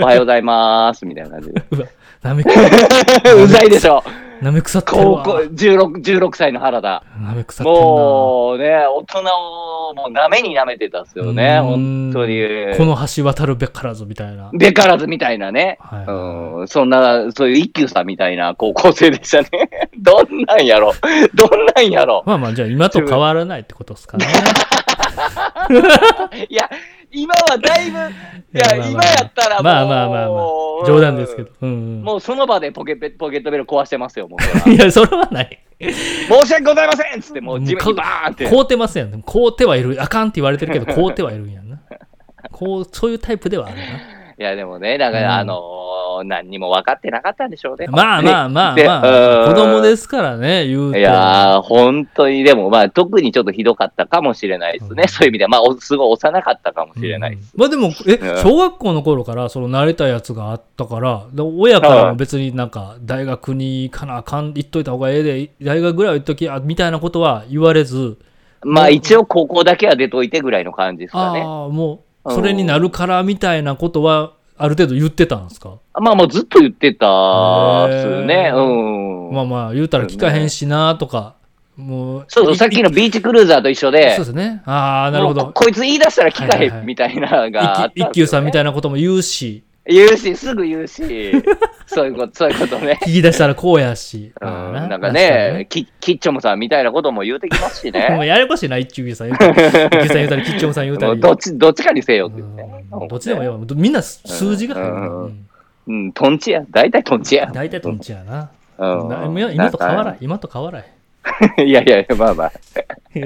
A: おはようございますみたいな感じ で。
B: うわ、な め、
A: うざいでしょ。
B: なめ腐ってる
A: 高
B: わ。
A: 校、16、16歳の原田。
B: なめ腐ってるな。
A: もうね、大人をもう舐めに舐めてたっすよね。
B: うー
A: 本
B: ん
A: 当に。
B: この橋渡るべからずみたいな。
A: べからずみたいなね。
B: はい
A: うん、そんな、そういう一休さんみたいな高校生でしたね。 どんなんやろどんなんやろ
B: まあまあ、じゃあ今と変わらないってことですかね。
A: いや、今はだいぶ、い
B: い
A: や、
B: やまあまあ
A: 今やったらもう、
B: まあまあまあまあ
A: うん
B: 冗談ですけど。。うん
A: もうその場でポケベポケットベル壊してますよ、もうそら。
B: うん。いや、それはない。
A: 申し訳ございませんっつって、もう地面
B: もう
A: にバーンって。
B: 凍ってますやん。でも凍ってはいる。あかんって言われてる けど、凍ってはいるんやんな。こう、そういうタイプではあるな。
A: いや、でもね、だか
B: うん
A: ら、あのー何にも分かってなかったんでしょうね。
B: まあまあまあ
A: で
B: まあ、
A: うん
B: 子供ですからね、言う て。
A: いやー、本当に、でも、まあ、特にちょっとひどかったかもしれないですね。
B: うん
A: そういう意味では、まあ、おすごい幼かったかもしれないです。
B: うんまあでも、え、
A: うん
B: 小学校の頃から、その慣れたやつがあったから、で親からも別になんか、大学に行かなあかん、行っといた方がええで、大学ぐらいは行っときや、みたいなことは言われず、
A: まあ、一応、高校だけは出といてぐらいの感じですかね。
B: ああ、もう、
A: うん
B: それになるから、みたいなことは、ある程度言ってたんですか、
A: まあ、もうずっと言ってたっす
B: へ
A: ね。
B: ー
A: うん。
B: まあまあ、言うたら聞かへんしな、とか、もう、
A: そうそう、
B: い
A: さっきのビーチクルーザーと一緒で、
B: そうですね。ああ、なるほ
A: もう
B: ど。
A: ここいつ言い出したら聞か
B: はい
A: へ
B: はいはい
A: んみたいなのがあった
B: 一
A: ですよね、
B: 一休さんみたいなことも言うし、
A: 言うし、すぐ言う し、そういうこと、そういうことね。
B: 聞き出したらこうやし。
A: うん
B: まあ
A: なんかね、キキッチョムさんみたいなことも言うてきますし
B: もう
A: ね。
B: ややこしいな、一休さん言うたり、一休さん言うたり、吉祥さん 言うた
A: もう
B: り。
A: どっち、どっちかにせよって
B: う
A: 言ってね。
B: んどっちでもええわ。みんな数字が入
A: う
B: るな。
A: ん
B: うん
A: うん、トンチや。大体トンチや。
B: 大体とんちやな。
A: うん
B: な今と変わら
A: ん
B: ん。今と変わらん。
A: か。 いやいやいや、まあまあ。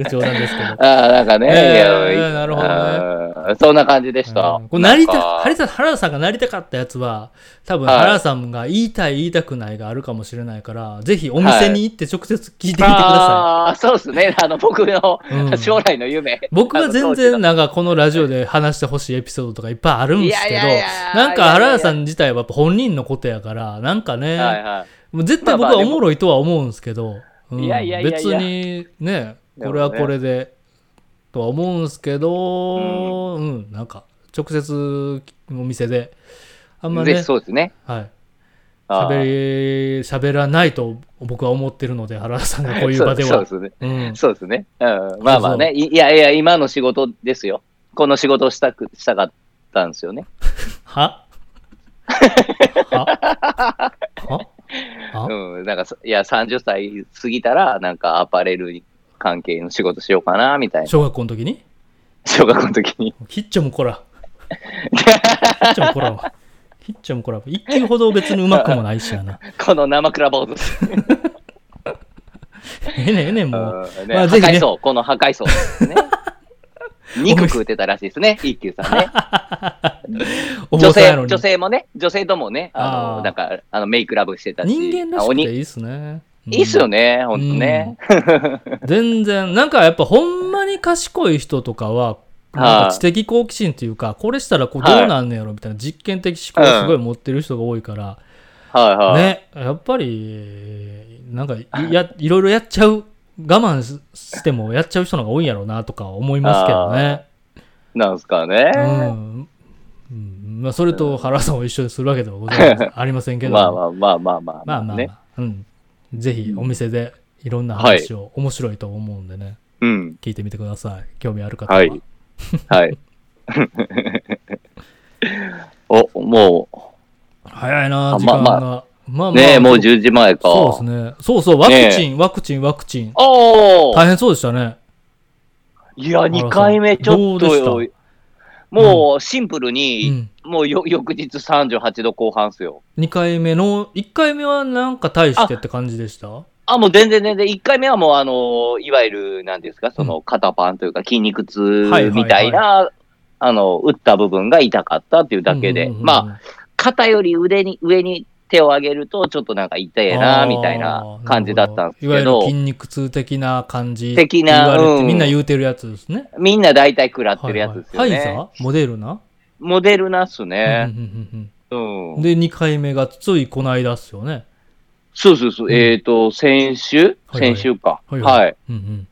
B: 冗談ですけど。
A: ああ、なんかね。
B: えー
A: いやいや
B: なるほどね
A: あーそんな感じでした
B: うん。これなり
A: ん
B: た
A: か
B: 原田原田さんがなりたかったやつは多分
A: はい
B: 原田さんが言いたい言いたくないがあるかもしれないから、ぜひお店に行って直接聞いてみてくださ
A: ああ、そうですね。あの、僕の
B: い、うん
A: 将来の夢。
B: 僕は全
A: あ
B: 然
A: の
B: なんかこのラジオで話してほしいエピソードとかいっぱいあるんですけ
A: いやい
B: ど
A: やいや
B: なんか原田さ
A: いやいやい
B: ん自体はやっぱ本人のことやからなんか
A: 当
B: ね、
A: 時はいは
B: もう絶対僕はおもろいとは思うんですけど、うん
A: いやいやいやいや
B: 別にねこれはこれでとは思うんですけど、うんなんか直接お店であんま
A: ぜ
B: ね
A: ひ、そうですね。
B: はい。
A: あー
B: 喋り、喋らないと僕は思ってるので、原田さんがこういう場で
A: そう
B: は。
A: そうですね。
B: うん。
A: そうですね。うん、まあまあね。いいやいや、今の仕事ですよ。この仕事をしたく、したかったんですよね。
B: はははは
A: うん、なんかそ、いや、30歳過ぎたら、なんかアパレル関係の仕事しようかな、みたいな。
B: 小学校の時に
A: 小学校の時に。
B: ヒッチョもこら。ヒッチョもこらわ。ヒッチョもこらわ。一級ほど別にうまくもないしやな。
A: この生クラ坊主。
B: ええねんええねんもう。
A: うんね
B: ま
A: 破
B: あぜひね
A: 壊層、この破壊層です ね。肉食うてたらしいですね、一休さ んね。
B: お
A: 女
B: 坊さん
A: 性
B: やのに
A: 女。性もね、女性ともね、あの
B: あー
A: なんかあのメイクラブしてたし、
B: 人間ら
A: あ
B: しく
A: 鬼
B: ていいっすね。うん
A: いいっすよね、ほんとね。
B: 全然、なんかやっぱほんまに賢い人とかは、なんか知的好奇心というか、これしたらこうどうなんねやろみたいな実験的思考をすごい持ってる人が多いから、
A: はいはい。
B: ね、やっぱり、なんかいや、いろいろやっちゃう、我慢ししてもやっちゃう人の方が多いんやろうなとか思いますけどね。
A: なんすかね。
B: うん。うんまあ、それと原さんを一緒にするわけではございませんありませんけども。
A: まあまあまあまあまあ
B: まあまあまあ、
A: ね。
B: うん。ぜひお店でいろんな話を、面白いと思うんでね、
A: うん。
B: 聞いてみてください。興味ある方は。
A: はい。 はい。お、も
B: 早いな、
A: あ
B: 時間が。
A: まあ
B: まあまあ
A: う、ねもう
B: 十
A: 10時前か。
B: そうですね。そうそう、ワクチン、ワクチン、ワクチン。
A: おー
B: 大変そうでしたね。
A: いや、2回目ちょっ
B: ど
A: と
B: うで
A: よ。もうシンプルに、
B: うん。
A: もうよ翌日38度後半っすよ。
B: 2回目の、1回目はなんか大してって感じでした
A: あ、もう全然全然。1回目はもう、あの、いわゆる、なんていうんですか、そうの肩パンというか筋肉痛
B: はいはいはい
A: みたいな、あの、打った部分が痛かったっていうだけで、まあ、
B: あ、
A: 肩より腕に、上に手を上げると、ちょっとなんか痛えな、みたいな感じだったんです
B: いわ
A: け
B: ゆる
A: ど
B: 筋、肉痛的な感じ。
A: 的な
B: 言われて、
A: うん
B: みんな言うてるやつですね。
A: みんな大体食らってるやつですよ
B: はいはいファ
A: ね。
B: イザーモデルナ、
A: モデルナっすね。
B: うんうんうんうん
A: うん。
B: で、2回目がついこの間っすよね。
A: そうそうそうう。
B: ん
A: えっと、先週
B: はいはい
A: 先週か。
B: はいはい
A: はい。
B: うん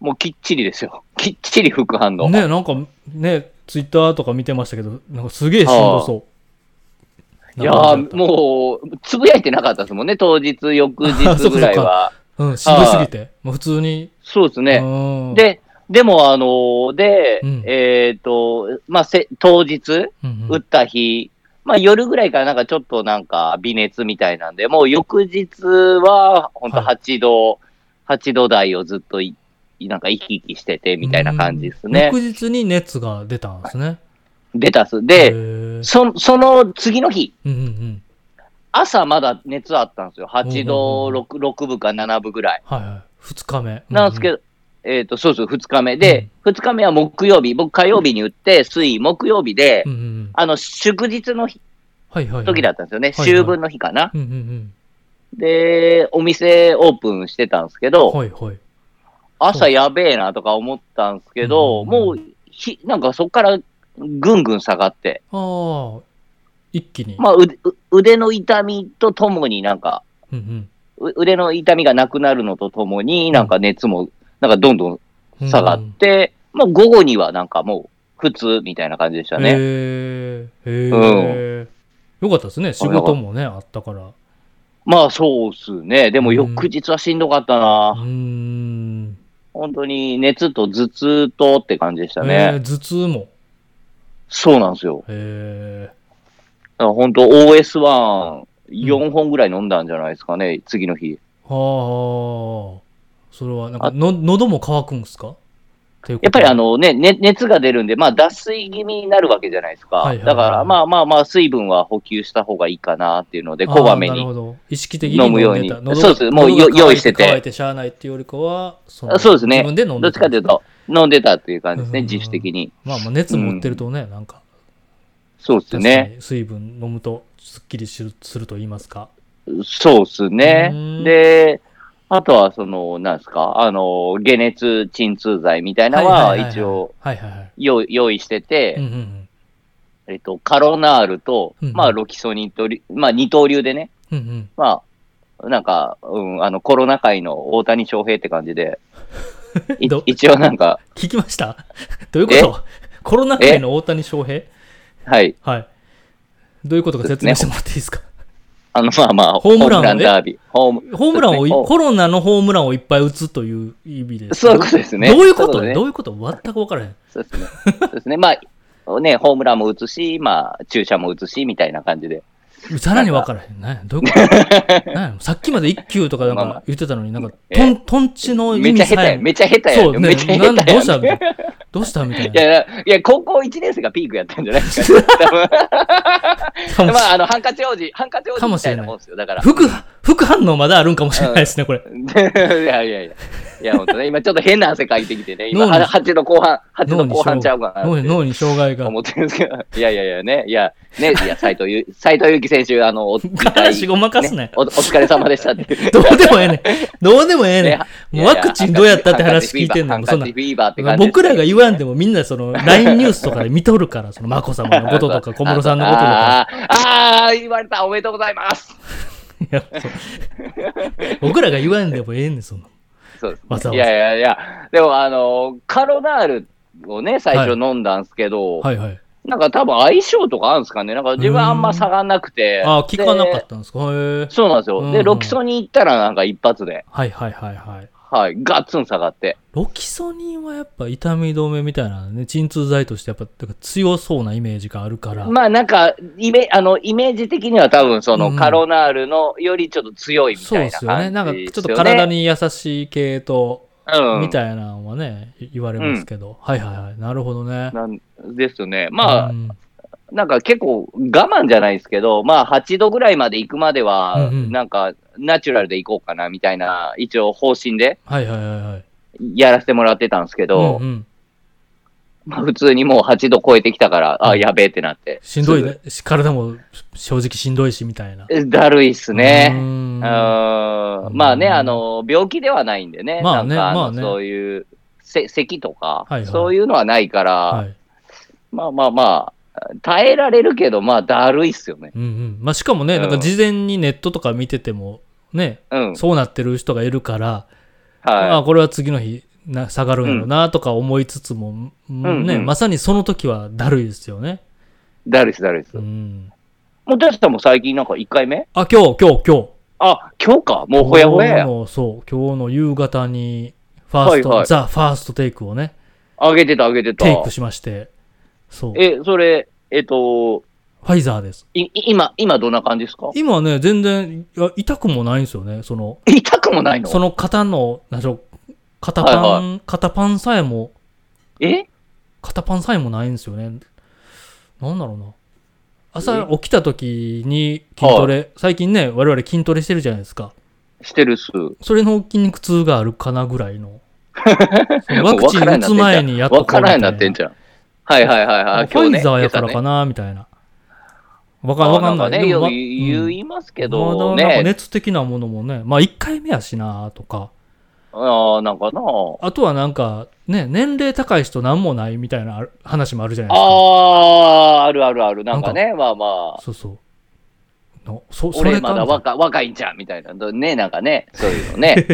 A: もうきっちりですよ。 きっちり副反
B: う
A: 応
B: ん。。ねなんか、ねツイッターとか見てましたけど、なんかすげえしんどそう。
A: いやー、もう、つぶやいてなかったですもんね、当日、翌日ぐらいは。
B: う。うん、しんどすぎて。もう普通に。
A: そうですね。
B: ね、
A: で、でも、あのーで、
B: うん
A: えっ、と、まあせ、当日、
B: うんう
A: 打っ
B: ん、
A: た日、まあ、夜ぐらいからなんかちょっとなんか微熱みたいなんで、もう翌日は、本当
B: はい
A: 8度、8度台をずっとい、なんか行き来してて、みたいな感じですね
B: うん。翌日に熱が出たんですね。
A: 出たっす。
B: へ
A: で、
B: ー
A: そその次の日、
B: うんうんうん。
A: 朝まだ熱あったんですよ。8度
B: うんうん
A: 6, 6分か7分ぐらい。
B: はいはい。2日目。
A: なんですけ
B: ど、
A: ど、えっ、と、そうそう、2日目で、2日目は木曜日、僕火曜日に打って、水、木曜日で
B: う、んうんうん、
A: あの、祝日の日
B: はいはいはい。
A: 時だったんですよね。
B: はい
A: 秋分の日かな。
B: うんうん
A: で、お店オープンしてたんですけ
B: うん。
A: ど、
B: はいはい。
A: 朝やべえなとか思ったんですけど、
B: うん
A: もうひ、なんかそこからぐんぐん下がって、
B: ああ、一気に。
A: まあ、腕腕の痛みとともになんか、
B: うんうん
A: う腕の痛みがなくなるのとともに、なんか熱も、なんかどんどん
B: うんうん、
A: 下がって、もう午後にはなんかもう普通みたいな感じでしたね。
B: へえへえ、よかったですね。仕事もね、あったから。う
A: まあそうっすね。でも
B: うん
A: 翌日はしんどかったな。
B: ーん。
A: 本当に熱と頭痛とって感じでした
B: え
A: ね。
B: ー頭痛も。
A: そうなんですよ。
B: へ
A: だから本当 OS1、4本ぐらい飲んだんじゃないですかね、次の日。
B: え。はあ。それは、なんかの、喉も渇くんすかや
A: やっぱりあ、のね、ね熱が出るんで、まあ脱水気味になるわけじゃないですか。
B: はいはいはい
A: だからまあまあまあ水分は補給した方がいいかなっていうので、
B: あー
A: こまめ
B: なる
A: に。
B: ほど。意識的に飲
A: 飲
B: む
A: むよ
B: よう
A: う
B: に
A: に
B: 出た。喉
A: そうですもうよ
B: 喉が渇い
A: 用意してて
B: 乾いてしゃあないっていうよりかは、その
A: あそうですね
B: 自分で飲んでた
A: どっちかというと、飲んでたっていう感じですね、
B: うんうんうん
A: 自主的に。
B: まあまあ、熱持ってるとね、なんか、
A: そうです
B: 確か
A: ね。
B: に水分飲むと、すっきりするすると言いますか。
A: そうです
B: うん
A: ね。で、あとはその、なんですか、あの、解熱鎮痛剤みたいなのは一応、
B: はいはいはい。
A: 用用意してて、
B: うんうんうん
A: えっと、カロナールと、
B: うん
A: まあ、ロキソニンとリ、まあ、二刀流でね、
B: うんうん。
A: まあ、なんか、うん、あの、コロナ界の大谷翔平って感じ で、い
B: ど
A: 一応なんか、
B: 聞きました どういうことコロナ禍の大谷翔平
A: はい、
B: はい。どういうことか説明してもらっていいですか。
A: あの、まあまあ、
B: ホームランをね
A: ホダービー。ホーム
B: ホームランをい、
A: そうですね
B: コロナのホームランをいっぱい打つという意味です。
A: そういうことですね。
B: どういうこと
A: そね
B: どういうこと全く分からへん。
A: そうですね。そうですね。まあ、ね、ホームランも打つし、まあ、注射も打つし、みたいな感じで。
B: さらに分からへん。何やどういう こと何やさっきまで1球とかなん
A: まあま
B: か
A: あ
B: 言ってたのに、なんか、
A: え
B: とん、とんちの
A: め
B: 意
A: っちゃ下
B: 味
A: 手
B: さ
A: や
B: え
A: ん。。めっちゃ下手や
B: そ
A: ん。
B: う、
A: め
B: ね
A: っちゃ、
B: な
A: 下
B: ん
A: 手
B: ど
A: や
B: うした
A: ん。
B: みたいな。どうしたみたい
A: い
B: な。
A: や、いや、高校1年生がピークやった んじゃないですか。多分
B: かもし
A: まあ、あの、ハンカチ王子、ハンカチ王子みたいなもんですよ。だから。
B: 副、副反応まだあるんかもしれないですね、これ。
A: いやいやいや。いや、ほんとね。今ちょっと変な汗かいてきてね。今、
B: 脳に
A: 8の後半、8
B: 脳
A: の
B: に
A: 後
B: 障
A: 半ちゃうか
B: 害
A: なって
B: 脳に脳に障害が。
A: 思ってるんですけど。いやいやいやね。いや、ね、いや、斎藤ゆ、斎藤佑樹選手、あの、お、
B: 話ごまかすなよ
A: ねおお疲れ様でしたっていう。
B: どうでもええねん。どうでもええね
A: ね
B: ん。もうワクチンどうやったって話聞いてん
A: の
B: のもうそんな
A: フ。ィーバーって感じです
B: 僕らが言わんでもみんなその LINE ニュースとかで見とるから、その眞子さまのこととか小室さんのこととか。
A: あーあーあー、言われた、おめでとうございます。
B: いやそう僕らが言わんでもええねん、その。
A: そうですね
B: わざわざ
A: いやいやいや、でもあの、カロナールをね、最初飲んだんですけど、
B: はいはい。
A: なんか多分相性とかあるんですかね、なんか自分あんま差がなくて、
B: ああ、聞かなか
A: で
B: ったんですか。へえ。
A: そうなんですよ。
B: うんう
A: で、
B: ん
A: ロキソニン行ったらなんか一発で、
B: はいはいはいはい。
A: はい、ガッツン下がって。
B: ロキソニンはやっぱ痛み止めみたいなね、鎮痛剤としてやっぱてか強そうなイメージがあるから。
A: まあなんかイメ、あの、イメージ的には多分その、
B: うん
A: カロナールのよりちょっと強いみ
B: そ
A: た
B: うで
A: いな
B: すよね。なんか
A: 感
B: ち
A: じ
B: ょっ
A: ですよね。
B: と体に優しい系と、
A: うん、
B: みたいなのはね、い言われますけど。はいはいはい。なるほどね。
A: なんですよね。まあ、
B: うん
A: なんか結構我慢じゃないですけど、まあ8度ぐらいまで行くまでは、
B: うんうん
A: なんかナチュラルで行こうかなみたいな、一応方針で
B: はいはいはいはい。
A: やらせてもらってたんですけど、
B: うんうん、
A: まあ普通にもう8度超えてきたから、あ、やべえってなって。
B: しんどいね。し体も正直しんどいしみたいな。
A: すぐ。だるいっす
B: う
A: ね。う
B: ん
A: ーんまあね、あの、病気ではないんでね、
B: まあね
A: なんかの
B: まあね
A: そういう、せ咳とか、
B: はいはい
A: そういうのはないから、
B: はい。
A: まあまあまあ、耐えられるけど、まあだるいっすよね。
B: うんうん。まあしかもね、
A: うん
B: なんか事前にネットとか見てても、ね、
A: うん。
B: そうなってる人がいるから、あ
A: は
B: これは次の日な下がるんやろうなとか思いつつも、
A: ん
B: ね、
A: うん
B: まさにその時はだるいですよね。
A: い。だるいっす、だるいっす。
B: うん。
A: もう、たさんも最近なんか1回目
B: あ、今日、今日、今日。
A: あ、今日か。もうほやほや
B: 今日
A: や。
B: の、そう、今日の夕方に、ファースト、
A: はいはい
B: ザ・ファーストテイクをね、
A: あげてた、あげてた
B: テイ。クしまして、そう、フ
A: え、それ、えっと、
B: ァイザーです。
A: い、い今、今どんな感じですか
B: 今ね、全然、いや痛くもないんですよね。その、
A: 痛くもないの
B: その肩の、なんでしょう、肩パン、
A: はい
B: 肩パンさえも、
A: え
B: 肩パンさえもないんですよね。なんだろうな。朝起きた時に筋トレ、最近ね、我々筋トレしてるじゃないですか。
A: してるっす。
B: それの筋肉痛があるかなぐら いの。その
A: も
B: ワ
A: う
B: ク
A: 分
B: チ
A: から
B: ン打
A: ん
B: つ前にやっとこう
A: わからんようになってん
B: みたい
A: じゃん。はいはいはい
B: な
A: はい。
B: フ
A: 今日
B: ァ
A: ね。
B: イザーやからか
A: 今
B: な、みたいな。わか
A: 朝
B: ん
A: ね
B: わかんない。
A: あ
B: で
A: ね、
B: も
A: よ
B: わ
A: 言
B: うん
A: いますけ
B: ま
A: ど
B: だなんか
A: ね。
B: 熱的なものもね、まあ1回目やしなとか、
A: ああ、なんかな。
B: あとはなんかね、年齢高い人なんもないみたいなある話もあるじゃないですか。
A: ああー、あるあるある。なんかね、まあまあ。
B: そうそう。のそそ
A: 俺
B: れ
A: ま
B: か
A: だ
B: みたいな
A: 若若いんちゃうみたいな。ね、なんかね、そういうの ね。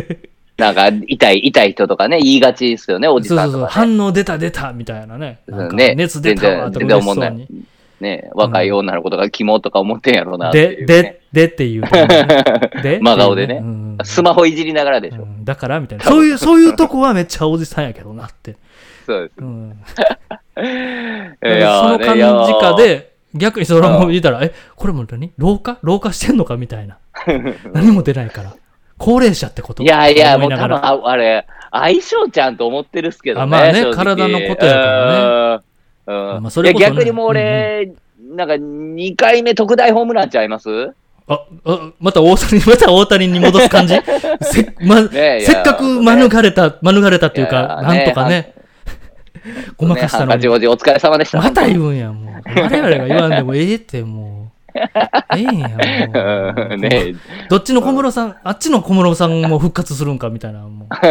A: なんか、痛い、痛い人とかね、言いがちですよね、おじ
B: そう
A: さ
B: そ
A: ん
B: う
A: と
B: そう、
A: か、ね。
B: 反応出た出たみたいなね。なんか
A: ね
B: 熱出たわ
A: 全然全
B: とか
A: 然
B: 嬉し
A: 思ん
B: そう
A: ない
B: に。
A: ね、若い女の子とかキモとか思ってんやろうなってい
B: で、
A: うね、
B: で、でっていうとこ ろね。で
A: 真顔でね
B: っていううん
A: スマホいじりながらでしょ。
B: うんだからみたいな。そういう、そういうとこはめっちゃおじさんやけどなって。
A: そうです。
B: うん
A: い
B: だからその感じか
A: いや
B: で、逆にそのまま
A: うん
B: 見たら、え、これも何老化老化してんのかみたいな。何も出ないから。高齢者ってこと
A: いやいや、
B: 思
A: も
B: いうな
A: 多
B: が
A: 分
B: ら
A: あ、あれ、相性ちゃんと思ってるっすけどね。
B: あまあ
A: 正
B: ね
A: 直
B: 体のことやから
A: ね。うんうん
B: まあそれこ
A: い
B: そね
A: や逆にもう俺、なんか2回目特大ホームランちゃいます
B: あ、あ、また大谷、また大谷に戻す 感じせ,、ま、
A: ねえいや
B: せっかく免れた、免れたっていう
A: い
B: か、
A: や
B: なんとかね、ごま
A: ね
B: かした
A: ハ
B: の
A: ンカチ
B: に。
A: 王子お疲れ様でした。
B: また言うんや、もう。我々が言わんでもええって、も う。ええんや、も
A: う
B: う。
A: んね
B: どっちの小室さん、あっちの小室さんも復活するんかみたい な、もう。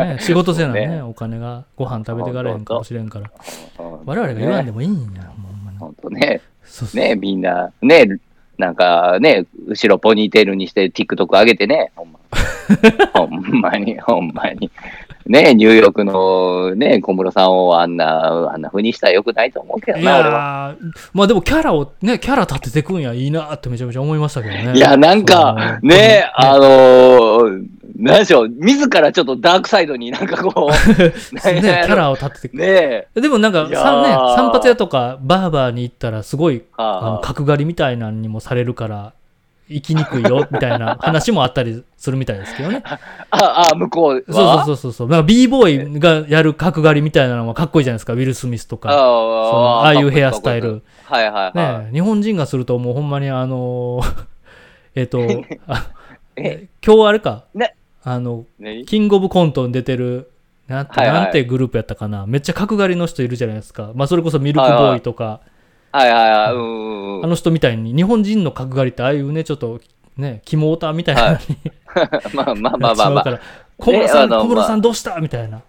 B: ね、仕事せなね
A: そうね
B: お金が、ご飯食べてからへんかもしれんから。 我々が言わんで
A: ね
B: もいいんや、もうほんまに。
A: 本当ね。
B: そうそう
A: ねみんな、ねなんかね、後ろポ ニーテールにして TikTok 上げてね、ほんま。ほんまに、ほんまに。ね、ニューヨークのね、小室さんをあんな、あんな風にしたらよくないと思うけど
B: い
A: な、俺は。
B: やーまあでもキャラをね、キャラ立ててくんや、いいなーってめちゃめちゃ思いましたけどね。
A: いや、なん
B: そう
A: か、
B: うん
A: ね、あのー、なんでしょう、自らちょっとダークサイドになんか こう、
B: ね、キャラを立ててく
A: ねえ、
B: でもなんか、
A: いやー
B: さね、散髪屋とかバーバーに行ったらすごい、あの
A: ああ
B: 角刈りみたいなのにもされるから、行きにくいよ、みたいな話もあったりするみたいですけどね。
A: あ、あ、向こうは
B: そうそうそうそう。なんか b ボーイがやる角刈りみたいなのはかっこいいじゃないですか、ウィル・スミスと
A: ああ
B: か。そのああいうヘアスタイ。
A: かっ
B: ル。
A: こいいかっこいいはいはいはい。
B: ね、日本人がするともうほんまにあの ー えっと、あ今日あれか、
A: ね
B: あの、
A: ね
B: キングオブコントに出てる、なんて、
A: はいはい
B: なんてグループやったかな。めっちゃ角刈りの人いるじゃないですか。まあそれこそミルクボーイとか、
A: はいはいはい、うんうん
B: あ
A: うん。
B: の人みたいに、日本人の角刈りってああいうね、ちょっと、ね、肝オタみたいなのに
A: まあまあま
B: な
A: あ
B: っち
A: まあ
B: まう
A: ま
B: から、小室さん、
A: ねあの
B: 小室
A: ま
B: さ
A: あ
B: んどうしたみたいなこ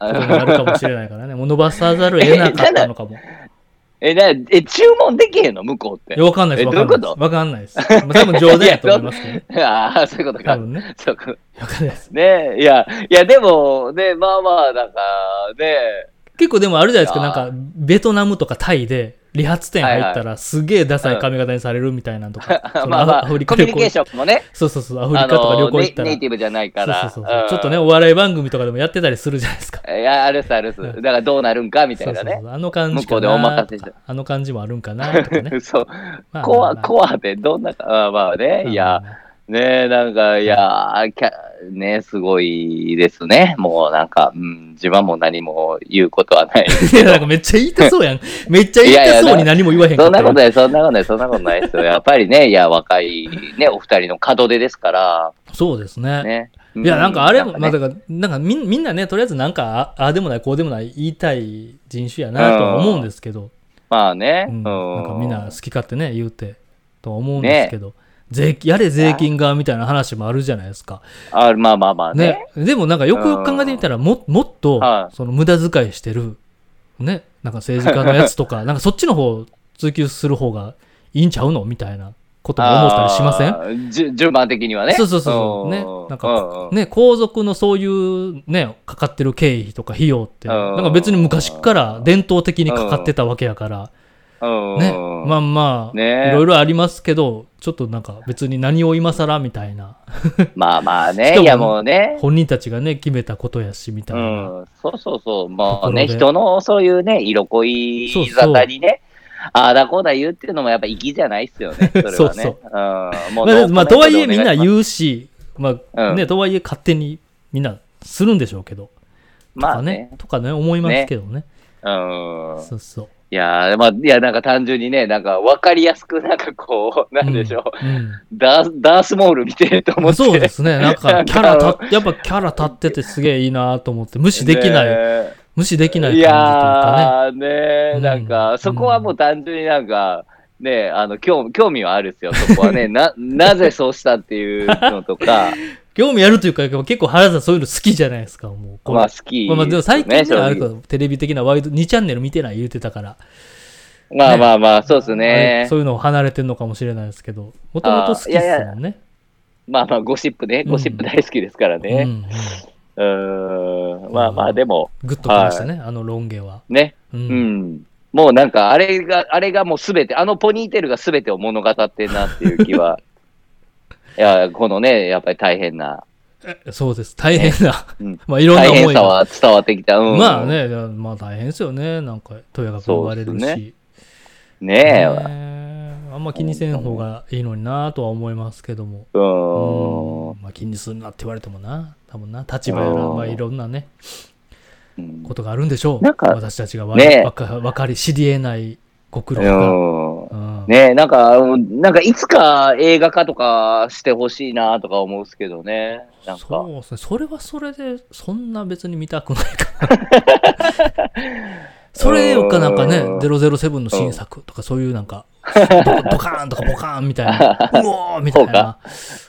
B: とにな
A: あ。
B: るかもしれないからね。もう伸ばさざるを得なかったのかも。
A: え、な、え、注文できへんの向こうって
B: いや。わかんないです。
A: え
B: わ
A: どう
B: か
A: いうんこ
B: ないです
A: と。
B: わかんないです。まあ多分冗談やと思いますけどね。
A: ああ、そういうこと
B: 多
A: か。
B: 分ね。
A: そうか。
B: わかんないです。
A: ねえ、いや、いや、でも、ね、まあまあ、なんか、ね、
B: 結構でもあるじゃないですか、
A: い
B: な
A: やー
B: んか、ベトナムとかタイで、理髪店入った
A: はい、
B: ら、すげえダサい髪型にされるみたいなのとか
A: まあまあ、コミュニケーシ
B: ョン。
A: ョンもね、
B: そうそうそう、アフリ
A: あ
B: カとか旅
A: の
B: 行行
A: ネ
B: ったら
A: ネイ。ティブじゃないから、
B: そうそうそうそう
A: うん
B: ちょっとね、お笑い番組とかでもやってたりするじゃないですか。
A: いや、あるっすあるっす。だからどうなるんかみたいな
B: そうそう
A: ね。
B: そうあの感じ
A: 向こ
B: か
A: うでお
B: な
A: 任
B: と
A: せし
B: か
A: て、。
B: あの感じもあるんかなとかね
A: そう。
B: まあ
A: コ
B: まあ
A: ア、
B: まあ
A: コアでどんなか、あまあね、いや、ねえ、なんか、いやー、キャねすごいですね。もうなんか、うん、自分も何も言うことは ない。
B: いや、なんかめっちゃ言いたそうやん。めっちゃ言いたそうに何も言わへんか
A: そ
B: っ
A: ん
B: た
A: な
B: よ
A: ことない、そんなことない、そんなことないですよ。やっぱりね、いや、若い、ね、お二人の門出ですから、
B: そうですね。
A: ね。
B: いや、なんかあれ、
A: も
B: まあ、だから、なんかみんみんなね、とりあえずなんか、ああでもない、こうでもない、言いたい人種やなとは思うんですけど、
A: まあね、
B: うん
A: う
B: なんかみんな好き勝手ね、言うて、とは思うんですけど、税やれ税金がみたいな話もあるじゃないですか。
A: あまあまあまあね。
B: ね、でもなんかよくよく考えてみたらももっと
A: はい
B: その無駄遣いしてる、ね、なんか政治家のやつと かなんかそっちの方追求する方がいいんちゃうのみたいなことも思ったりしません
A: せんじゅ順番的にはね。
B: そうそうそうそう、ね
A: う、
B: なん
A: うん
B: か
A: うん、
B: ね皇族のそういうねかかってる経費とか費用って
A: うん
B: なんか別に昔から伝統的にかかってたわけやから
A: うん
B: ねまあまあ
A: ね
B: いろいろありますけどちょっとなんか別に何を今更みたいな
A: まあまあ
B: しか
A: ね、
B: も
A: いやもうね。
B: 本人たちがね決めたことやしみたいうな。
A: ん、そうそうそう、もう
B: ところで
A: ね、人のそういうね、色恋
B: そう
A: 沙
B: そう
A: 汰にね、ああだこうだ言うっていうのもやっぱ粋じゃないっすよね、それはね。
B: そうそう
A: うん、もう
B: まあ、まあとはいえ
A: ノー
B: み
A: コ
B: ん
A: メ
B: な
A: ントでお願いします
B: 言うし、まあ
A: うん
B: ね、とはいえ勝手にみんなするんでしょうけど、
A: ま
B: と
A: あ
B: かね
A: ね、。
B: とかね、思いますけどね。
A: うん。
B: そうそう。
A: いやー、まあ、いや、なんか単純にね、なんか分かりやすく、なんかこう、なんでしょう、
B: うん
A: ダーダースモール見てると思って。
B: そうですね。なん
A: な
B: か、
A: ん
B: キ
A: か
B: ャラ立っ、やっぱキャラ立っててすげえいいなと思って、無視できない、
A: ね
B: 無視できない感
A: い
B: じというか
A: やーね
B: うん
A: なんか、そこはもう単純になんか、ねあの興味興味はあるですよ、そこ はね。な、なぜそうしたっていうのとか、
B: ね。興味あるというか、結構原田さんそういうの好きじゃないですか、もう。これ
A: まあ好き、
B: まあまあでも最近ではある
A: 正
B: け
A: 直
B: ど、テレビ的なワイド、2チャンネル見てない言うてたから、
A: まあまあまあ、そうです
B: あれ
A: ね
B: そ。ういうのを離れてるのかもしれないですけど、もともと好きっすもんね。
A: まあまあ、ゴシップね。ゴシップ大好きですから
B: うんう
A: ね。
B: ん
A: うーん。まあまあ、でも、
B: グッときましたね、あのロン毛は。
A: ね。
B: う、
A: うんん。もうなんか、あれが、あれがもうすべて、あのポニーテールがすべてを物語ってんなっていう気 は。いや、このね、やっぱり大変な、
B: そうです。大変な。
A: うん
B: まあ、いろんな
A: 大
B: 思
A: 変
B: い
A: さ
B: が。
A: は伝わってきた。うん、
B: まあ。ね、まあ大変ですよね。なんか、とやかく言われるし。
A: そうっすねえ。
B: ねえあんま気にせん方がいいのになとは思いますけども。
A: う
B: う
A: ーん。
B: んまあ、気にするなって言われてもな、多分な、立場やら、
A: うん
B: まあ、いろんなね、
A: うん
B: ことがあるんでしょう。
A: なんか
B: 私たちがわ,、
A: ねえ
B: わかわかり、知り得ないご苦労が。
A: う
B: うんん
A: ねえ、なんか、うんなんかいつか映画化とかしてほしいなとか思うんですけどね。なん
B: そう
A: か、
B: ですね。それはそれで、そんな別に見たくないか な。それよりかなんかね、
A: うん
B: 007の新作とかそういうな んか、ドドカーンとかボカーンみたいな、うおーみたいな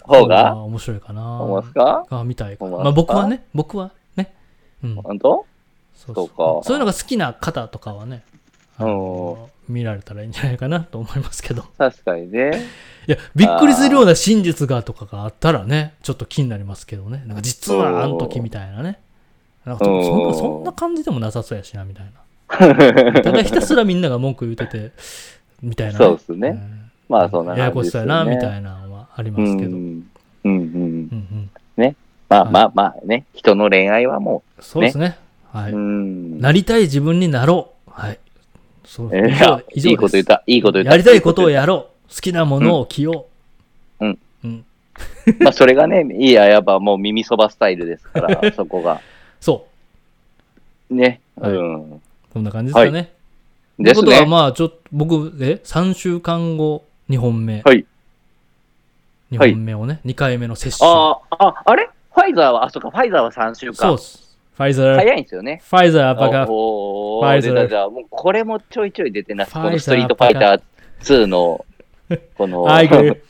A: 方
B: うん
A: が、
B: 面白いかな。
A: 思いますか
B: あ見たいかな。
A: 思いますか
B: まあ僕はね、僕はね。うん。
A: 本当
B: そう
A: そうか
B: そういうのが好きな方とかはね、あの見られたらいいんじゃないかなと思いますけど。
A: 確かにね。
B: いや、びっくりするような真実がとかがあったらね、ちょっと気になりますけどね。なんか実はあの時みたいなね。なんかちょっとそん
A: う
B: なんそんな感じでもなさそうやしな、みたいな。ただひたすらみんなが文句言うてて、みたいな。
A: そうっすね
B: ん
A: まあそんな
B: やや
A: 感
B: こ
A: じ
B: し
A: です
B: そう
A: よ
B: や
A: ね。
B: な、みたいなのはありますけど。
A: う
B: うん
A: んうんうん
B: うん
A: まあ
B: はい
A: まあまあね、人の恋愛はも
B: そうですね。は
A: う、
B: い。
A: うん。
B: なりたい自分になろう。はい。そう
A: えーいや
B: 以上
A: いいこと言った、いいこと言った。
B: やりたいことをやろう。好きなものを着よう。
A: うん。
B: うん。
A: まあそれがね、いいや、やっぱもう耳そばスタイルですから、そこが。
B: そ
A: ね。
B: はい
A: うん。
B: う。こんな感じですかね。
A: で
B: と
A: す
B: いうことは、
A: ね。
B: まあ、ちょっと、僕、え、3週間後、2本目。
A: はい。
B: 2
A: はい
B: 本目をね、2回目の接種。
A: ああ、あ、あれファイザーは、あ、そうか、ファイザーは3週
B: そう
A: 間
B: っ。す。ファイザー、
A: 早いんですよね。
B: ファイザーアパカ、フ
A: お
B: ファ
A: ー
B: イザー
A: 出た出たもうこれもちょいちょい出てなく
B: フ
A: こ
B: ァイザー
A: のストリートファイター2の、こ の、
B: アイグ ル、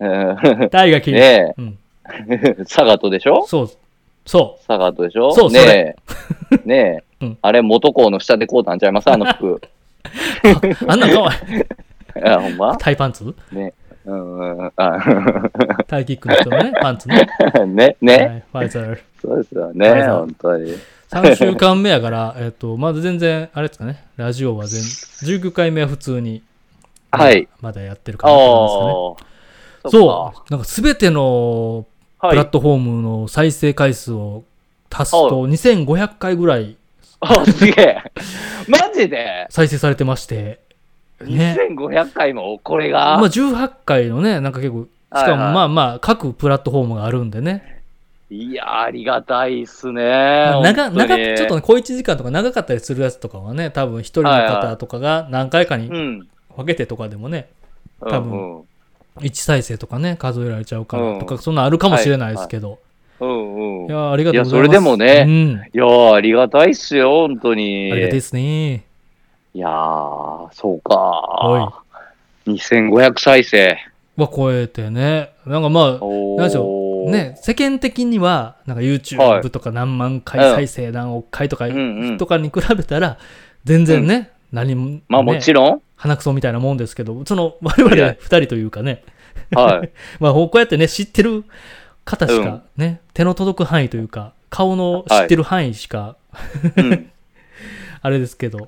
A: うん
B: タイガキ。
A: ね
B: うん。
A: え、サガトでしょ
B: そう。そ
A: サガトでしょ
B: そうそれ
A: ね え、ねえ、
B: うん
A: あれ、元校の下でこうなんちゃいますあの 服。
B: う。あんなんかわい い。
A: あ、ほんま
B: タイパンツ
A: うんうんあ
B: タイキックの人のね、パンツね。
A: ね、
B: は
A: ね、
B: いファイザー。
A: そうですよ
B: はい
A: ね、
B: はい
A: 本当に。
B: 3週間目やから、 えっと、まだ全然、あれですかね、ラジオは全、19回目は普通に、
A: はい。
B: まだやってるか
A: ああ
B: なって感じですかね。
A: ー、
B: そう、なんかすべての
A: うは
B: プラ
A: い
B: ッ。トフォームの再生回数を足すと、2500回ぐらい
A: あ、すげえ。マジで
B: 再生されてまして、ね。
A: ?2500 回もこれが、
B: まあ、18回のね、なんか結構、しかも
A: はいはい
B: まあまあ、各プラットフォームがあるんでね。
A: いやー、ありがたいっすね。
B: まあ長、
A: 本当に
B: 長く、ちょっとね、小1時間とか長かったりするやつとかはね、多分一人の方とかが何回か
A: う
B: に
A: ん。
B: 分けてとかでもね、
A: 多
B: 多分1再生とかね、数えられちゃうから、
A: うん
B: とか、そんなんあるかもしれないですけ
A: う
B: ど。
A: んうん。
B: いや、ありがとうござい
A: いやそれ
B: ます。
A: でもね
B: うん。
A: いやー、ありがたいっすよ、本当に。
B: ありがたいですね。
A: いやー、そうか。
B: は
A: 2500再生。
B: は超えてね。なんかまあ、
A: お
B: なんでしょ
A: ー。
B: ね、世間的には、なんか
A: は
B: YouTube
A: い
B: とか何万回
A: うん
B: 再生、何億回とか、
A: うんうん
B: とかに比べたら、全然ね、何も、
A: まあ
B: ね
A: もちろん。
B: 鼻くそみたいなもんですけど、その、我々
A: いや
B: 2人というかね、
A: はい。
B: まあ、こうやってね、知ってる方し
A: う
B: か
A: ん、
B: ね、手の届く範囲というか、顔の知ってる範囲しか、
A: うん。
B: あれですけど、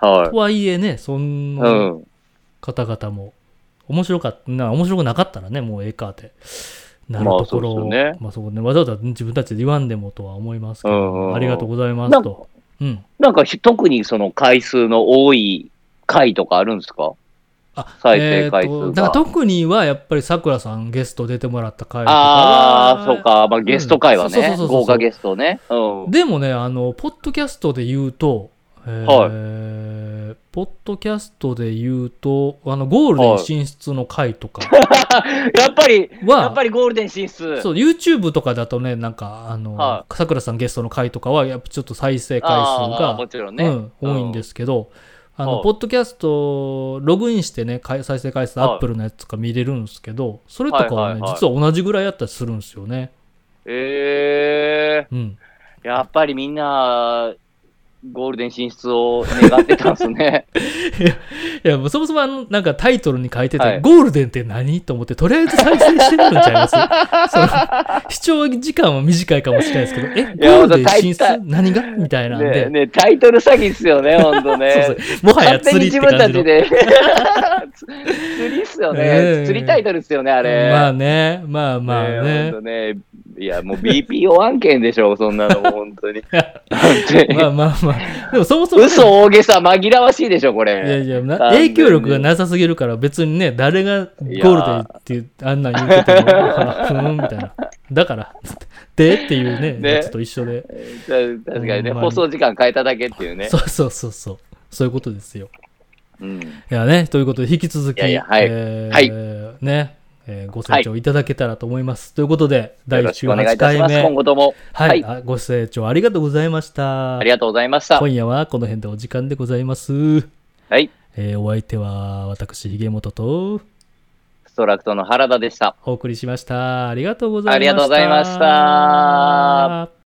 B: と
A: は
B: はいえね、 そん
A: い。
B: な
A: うん。
B: 方々も、面白かった、な面白くなかったらね、もうええかって。なる
A: まあ
B: ところ
A: そ
B: を、
A: うですよね
B: まあそうね、わざわざ自分たちで言わんでもとは思いますけ
A: うんうんう
B: ど、
A: ん
B: ありがとうございま
A: な
B: す
A: んか
B: と。うん。
A: なんかひ特にその回数の多い回とかあるんですか
B: あ
A: 再生回数
B: え
A: が
B: ーとだから特にはやっぱりさくらさんゲスト出てもらった回とかは
A: ああ、そうか。まあゲスト回は
B: うんそう
A: ね。
B: そうそうそう
A: 豪華ゲストね。うん。
B: でもね、あの、ポッドキャストで言うと、えーポッドキャストで言うと、あの、ゴールデン進出の回とか
A: やっぱり、 やっ
B: は、
A: ぱりゴールデン進出。
B: そう、YouTube とかだとね、なんか、あの、
A: は
B: さくらさんゲストの回とかは、やっぱちょっと再生回数
A: あー
B: が、
A: もちろんね。。
B: うん、多いんですすけど、あの、
A: はい
B: ポッドキャスト、ログインしてね、回再生回数、
A: はい
B: アップルのやつとか見れるんですけど、それとかはね、
A: はいはいはい
B: 実は同じぐらいあったりするんですよね。
A: ええー。
B: うん。
A: やっぱりみんな、ゴールデン進出を願ってたんです ね。
B: いや、もうそもそもあの、なんかタイトルに書いてて、
A: はい
B: ゴールデンって何と思って、とりあえず再生してるんちゃ いますその視聴時間は短いかもしれないですけど、え、
A: いや
B: ゴールデン進出
A: また大
B: 何がみたいなん
A: ね
B: で。
A: ねタイトル詐欺っすよね、ほんとね。
B: そうそうもはや
A: 勝手
B: 釣
A: に
B: りって
A: 自分
B: 感
A: た
B: じの
A: ち。で。 釣りっすよね、
B: ええ
A: 釣りタイトルっすよね、あれ。
B: まあね、まあまあ
A: ねえほ
B: ね
A: ん。とねいや、もう BPO 案件でしょ、そんなの、本当 に。
B: まあまあまあ。でもそもそも、
A: 嘘大げさ、紛らわしいでしょ、こ
B: いや
A: れ。
B: いやな、
A: 完全に
B: 影響力がなさすぎるから、別にね、誰がゴールデンってあんなん言うてても、ふーんみたいな。だから、でっていうね、
A: ね
B: やつと一緒で。
A: た確かにね、
B: ほんまに
A: 放送時間変えただけっていうね。
B: そうそうそうそう。そういうことですよ。
A: うん、
B: いやね、ということで、引き続き、
A: いやいやはい
B: えー
A: はい
B: ね、えーご清聴いただけたらと思います。ということで、第
A: よろしくお願い
B: 18
A: いたし
B: 回
A: ます。
B: 目、
A: 今後とも。
B: はい、
A: は
B: あご清聴ありがとうございました
A: あり。がとうございました。
B: 今夜はこの辺でお時間でございます。
A: はい。
B: えーお相手は私、ひげもとと、
A: ストラクトの原田でした。
B: お送りしました。ありがとうございました。
A: ありがとうございました。